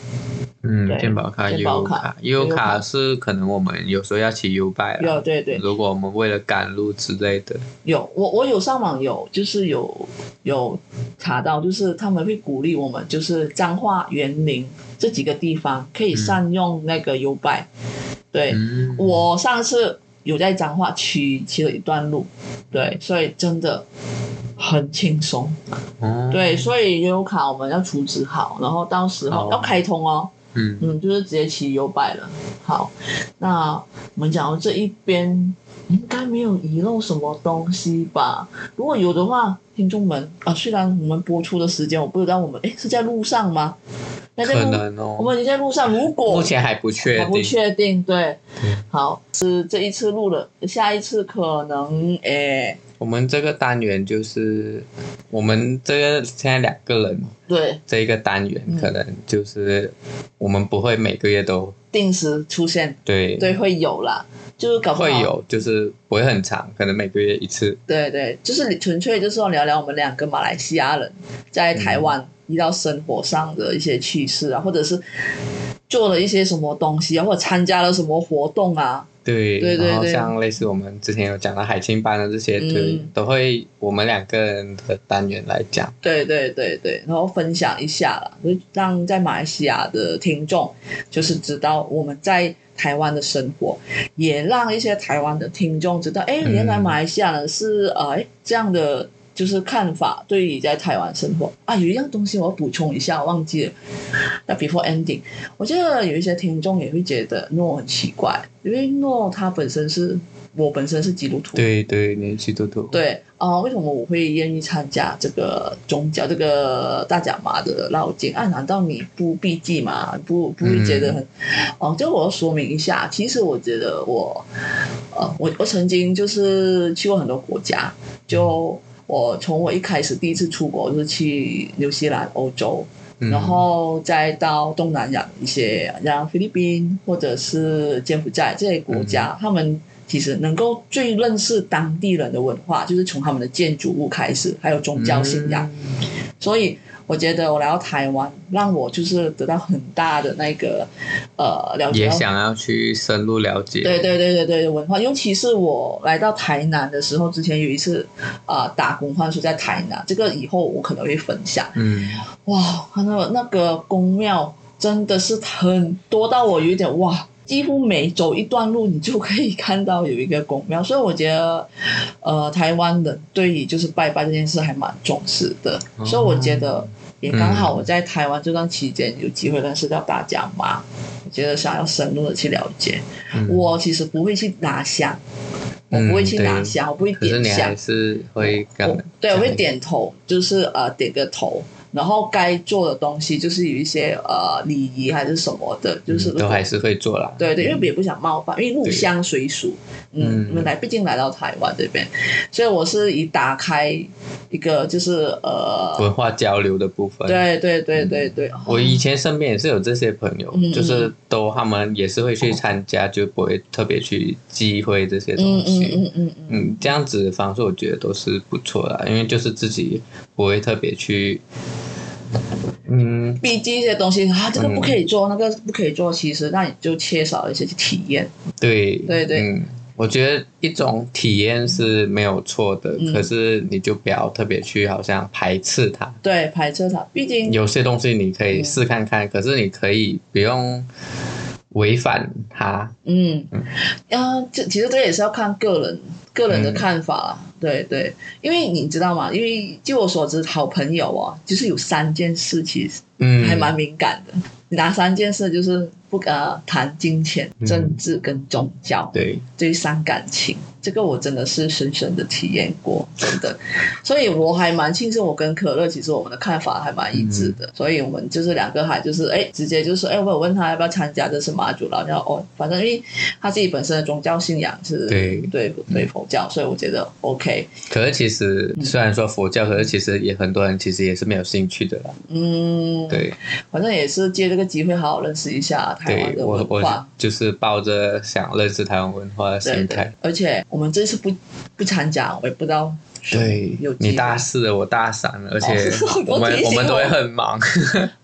S2: 嗯，
S1: 对
S2: 健保卡、
S1: 健
S2: U
S1: 保
S2: 卡
S1: 卡、
S2: U 卡
S1: U 卡
S2: 是可能我们有时候要骑 U 拜
S1: 有
S2: 了。
S1: 对对
S2: 如果我们为了赶路之类的，
S1: 有，我我有上网有就是有有查到，就是他们会鼓励我们，就是彰化、园林这几个地方可以善用那个 U 拜。对、
S2: 嗯，
S1: 我上次有在彰化骑骑了一段路，对，所以真的很轻松。
S2: 哦，
S1: 对，所以 U 卡我们要处置好，然后到时
S2: 好
S1: 候要开通哦。
S2: 嗯，
S1: 嗯，就是直接骑 U 拜了。好，那我们讲到这一边，应该没有遗漏什么东西吧？如果有的话，听众们啊，虽然我们播出的时间我不知道我们诶是在路上吗？那在
S2: 可
S1: 路，
S2: 能
S1: 我
S2: 哦，
S1: 们已经在路上。如果
S2: 目前还不确
S1: 还不
S2: 定。
S1: 确定，对
S2: 对，
S1: 好是这一次录了，下一次可能诶，
S2: 我们这个单元就是我们这个现在两个人
S1: 对，
S2: 这一个单元，
S1: 嗯
S2: 可能就是我们不会每个月都
S1: 定时出现，
S2: 对
S1: 对，会有啦，就是搞不好
S2: 会有，就是不会很长，可能每个月一次。
S1: 对对，就是纯粹就是要聊聊我们两个马来西亚人在台湾遇到生活上的一些趣事啊，或者是做了一些什么东西啊，或者参加了什么活动啊，
S2: 对，
S1: 对对
S2: 然后
S1: 对
S2: 像类似我们之前有讲到海青班的这些，
S1: 嗯
S2: 对，都会我们两个人的单元来讲。
S1: 对对对对，然后分享一下啦，就让在马来西亚的听众就是知道我们在台湾的生活，也让一些台湾的听众知道，哎，
S2: 嗯
S1: 原来马来西亚人是呃诶这样的。就是看法对于在台湾生活啊，有一样东西我要补充一下，忘记了。那 before ending，我觉得有一些听众也会觉得诺很奇怪，因为诺他本身是我本身是基督徒，
S2: 对对，你去多多。
S1: 对啊、呃为什么我会愿意参加这个宗教这个大甲妈的绕境啊？难道你不避忌吗？不不会觉得很？哦，这我要说明一下，其实我觉得我，呃，我我曾经就是去过很多国家，就我从我一开始第一次出国就是去纽西兰、欧洲，
S2: 嗯，
S1: 然后再到东南亚一些，像菲律宾或者是柬埔寨这些国
S2: 嗯
S1: 家，他们其实能够最认识当地人的文化，就是从他们的建筑物开始，还有宗教
S2: 嗯
S1: 信仰。所以我觉得我来到台湾，让我就是得到很大的那个呃了
S2: 嗯
S1: 解
S2: 也
S1: 到
S2: 想要去深入了解。
S1: 对对对对对，文化，尤其是我来到台南的时候，之前有一次啊、呃打工换宿在台南，这个以后我可能会分享。
S2: 嗯，
S1: 哇，他那个那个宫庙真的是很多到我有点哇，几乎每走一段路你就可以看到有一个宫庙，所以我觉得，呃，台湾人对于就是拜拜这件事还蛮重视的，
S2: 哦
S1: 所以我觉得也刚好
S2: 嗯
S1: 我在台湾这段期间有机会认识到大家嘛，我觉得想要深入的去了解，
S2: 嗯
S1: 我其实不会去拿香，我
S2: 嗯
S1: 不会去拿
S2: 对
S1: 香，我不会
S2: 嗯可是
S1: 点
S2: 你
S1: 香
S2: 还。是会跟
S1: 我对，我会点头，就是呃点个头，然后该做的东西就是有一些呃礼仪还是什么的，就是
S2: 嗯
S1: 如果、
S2: 都还是会做啦。
S1: 对对，因为也不想冒犯，因为入
S2: 对
S1: 乡随俗，嗯
S2: 嗯，
S1: 我们来毕竟来到台湾这边，所以我是以打开一个就是
S2: 文
S1: 呃，
S2: 化交流的部分。
S1: 对对对对对，哦
S2: 嗯我以前身边也是有这些朋友，
S1: 嗯
S2: 就是都他们也是会去参加，就不会特别去忌讳这些
S1: 嗯
S2: 东
S1: 嗯
S2: 西。
S1: 嗯嗯嗯，
S2: 嗯，这样子的方式我觉得都是不错的，因为就是自己不会特别去，嗯，
S1: 毕竟一些东西啊，这个
S2: 嗯
S1: 不可以做，那个不可以做，其实那你就缺少了一些去体验，
S2: 对，
S1: 对对
S2: 嗯，我觉得一种体验是没有错的，
S1: 嗯
S2: 可是你就不要特别去好像排斥它。
S1: 对，排斥它，毕竟
S2: 有些东西你可以
S1: 嗯
S2: 试看看，可是你可以不用违反它。
S1: 嗯
S2: 嗯，嗯
S1: 啊，这其实这也是要看个人个人的看法啦。对对，因为你知道吗？因为据我所知，好朋友啊，就是有三件事其实
S2: 嗯，
S1: 还蛮敏感的。哪三件事？就是不呃谈金钱、
S2: 嗯
S1: 政治跟宗教，
S2: 对，
S1: 最伤感情。这个我真的是深深的体验过，真 的，所以我还蛮庆幸，我跟可乐其实我们的看法还蛮一致的，
S2: 嗯
S1: 所以我们就是两个还就是哎，直接就说哎，我有问他要不要参加这次马祖老然后哦，反正因为他自己本身的宗教信仰是
S2: 对
S1: 对对佛教，所以我觉得 OK，
S2: 可是其实
S1: 嗯
S2: 虽然说佛教，可是其实也很多人其实也是没有兴趣的啦。
S1: 嗯，，
S2: 对，
S1: 反正也是借这个机会好好认识一下台湾
S2: 对
S1: 的
S2: 我
S1: 文
S2: 我
S1: 化。
S2: 就是抱着想认识台湾文化的
S1: 对
S2: 心
S1: 对
S2: 态。，
S1: 而且我们这次不不参加，我也不知道什么有机
S2: 你
S1: 会
S2: 大四了，我大三了，而且
S1: 哦
S2: 我
S1: 多
S2: 们
S1: 提醒
S2: 我
S1: 我
S2: 们都会很忙。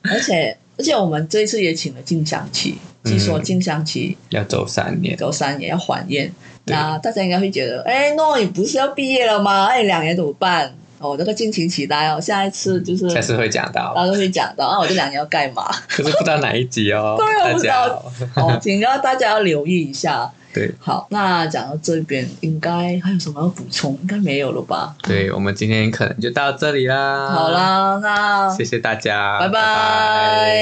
S1: 而且而且我们这一次也请了静香期，据说
S2: 嗯
S1: 静香期
S2: 要走三年，
S1: 高三也要还愿，
S2: 对
S1: 那大家应该会觉得，哎，诺，你不是要毕业了吗？哎，两年怎么办？哦，这个敬请期待哦，下一次就是
S2: 下次会讲到
S1: 大，家都会讲到，啊，我这两年要干 嘛？
S2: 可是不知道哪一集哦，
S1: 对啊
S2: 大家哦，
S1: 哦，请要大家要留意一下。
S2: 对
S1: 好，那讲到这边，应该还有什么要补充？应该没有了吧？
S2: 对，我们今天可能就到这里啦，
S1: 好，啦，那
S2: 谢谢大家，
S1: 拜
S2: 啊拜
S1: 拜。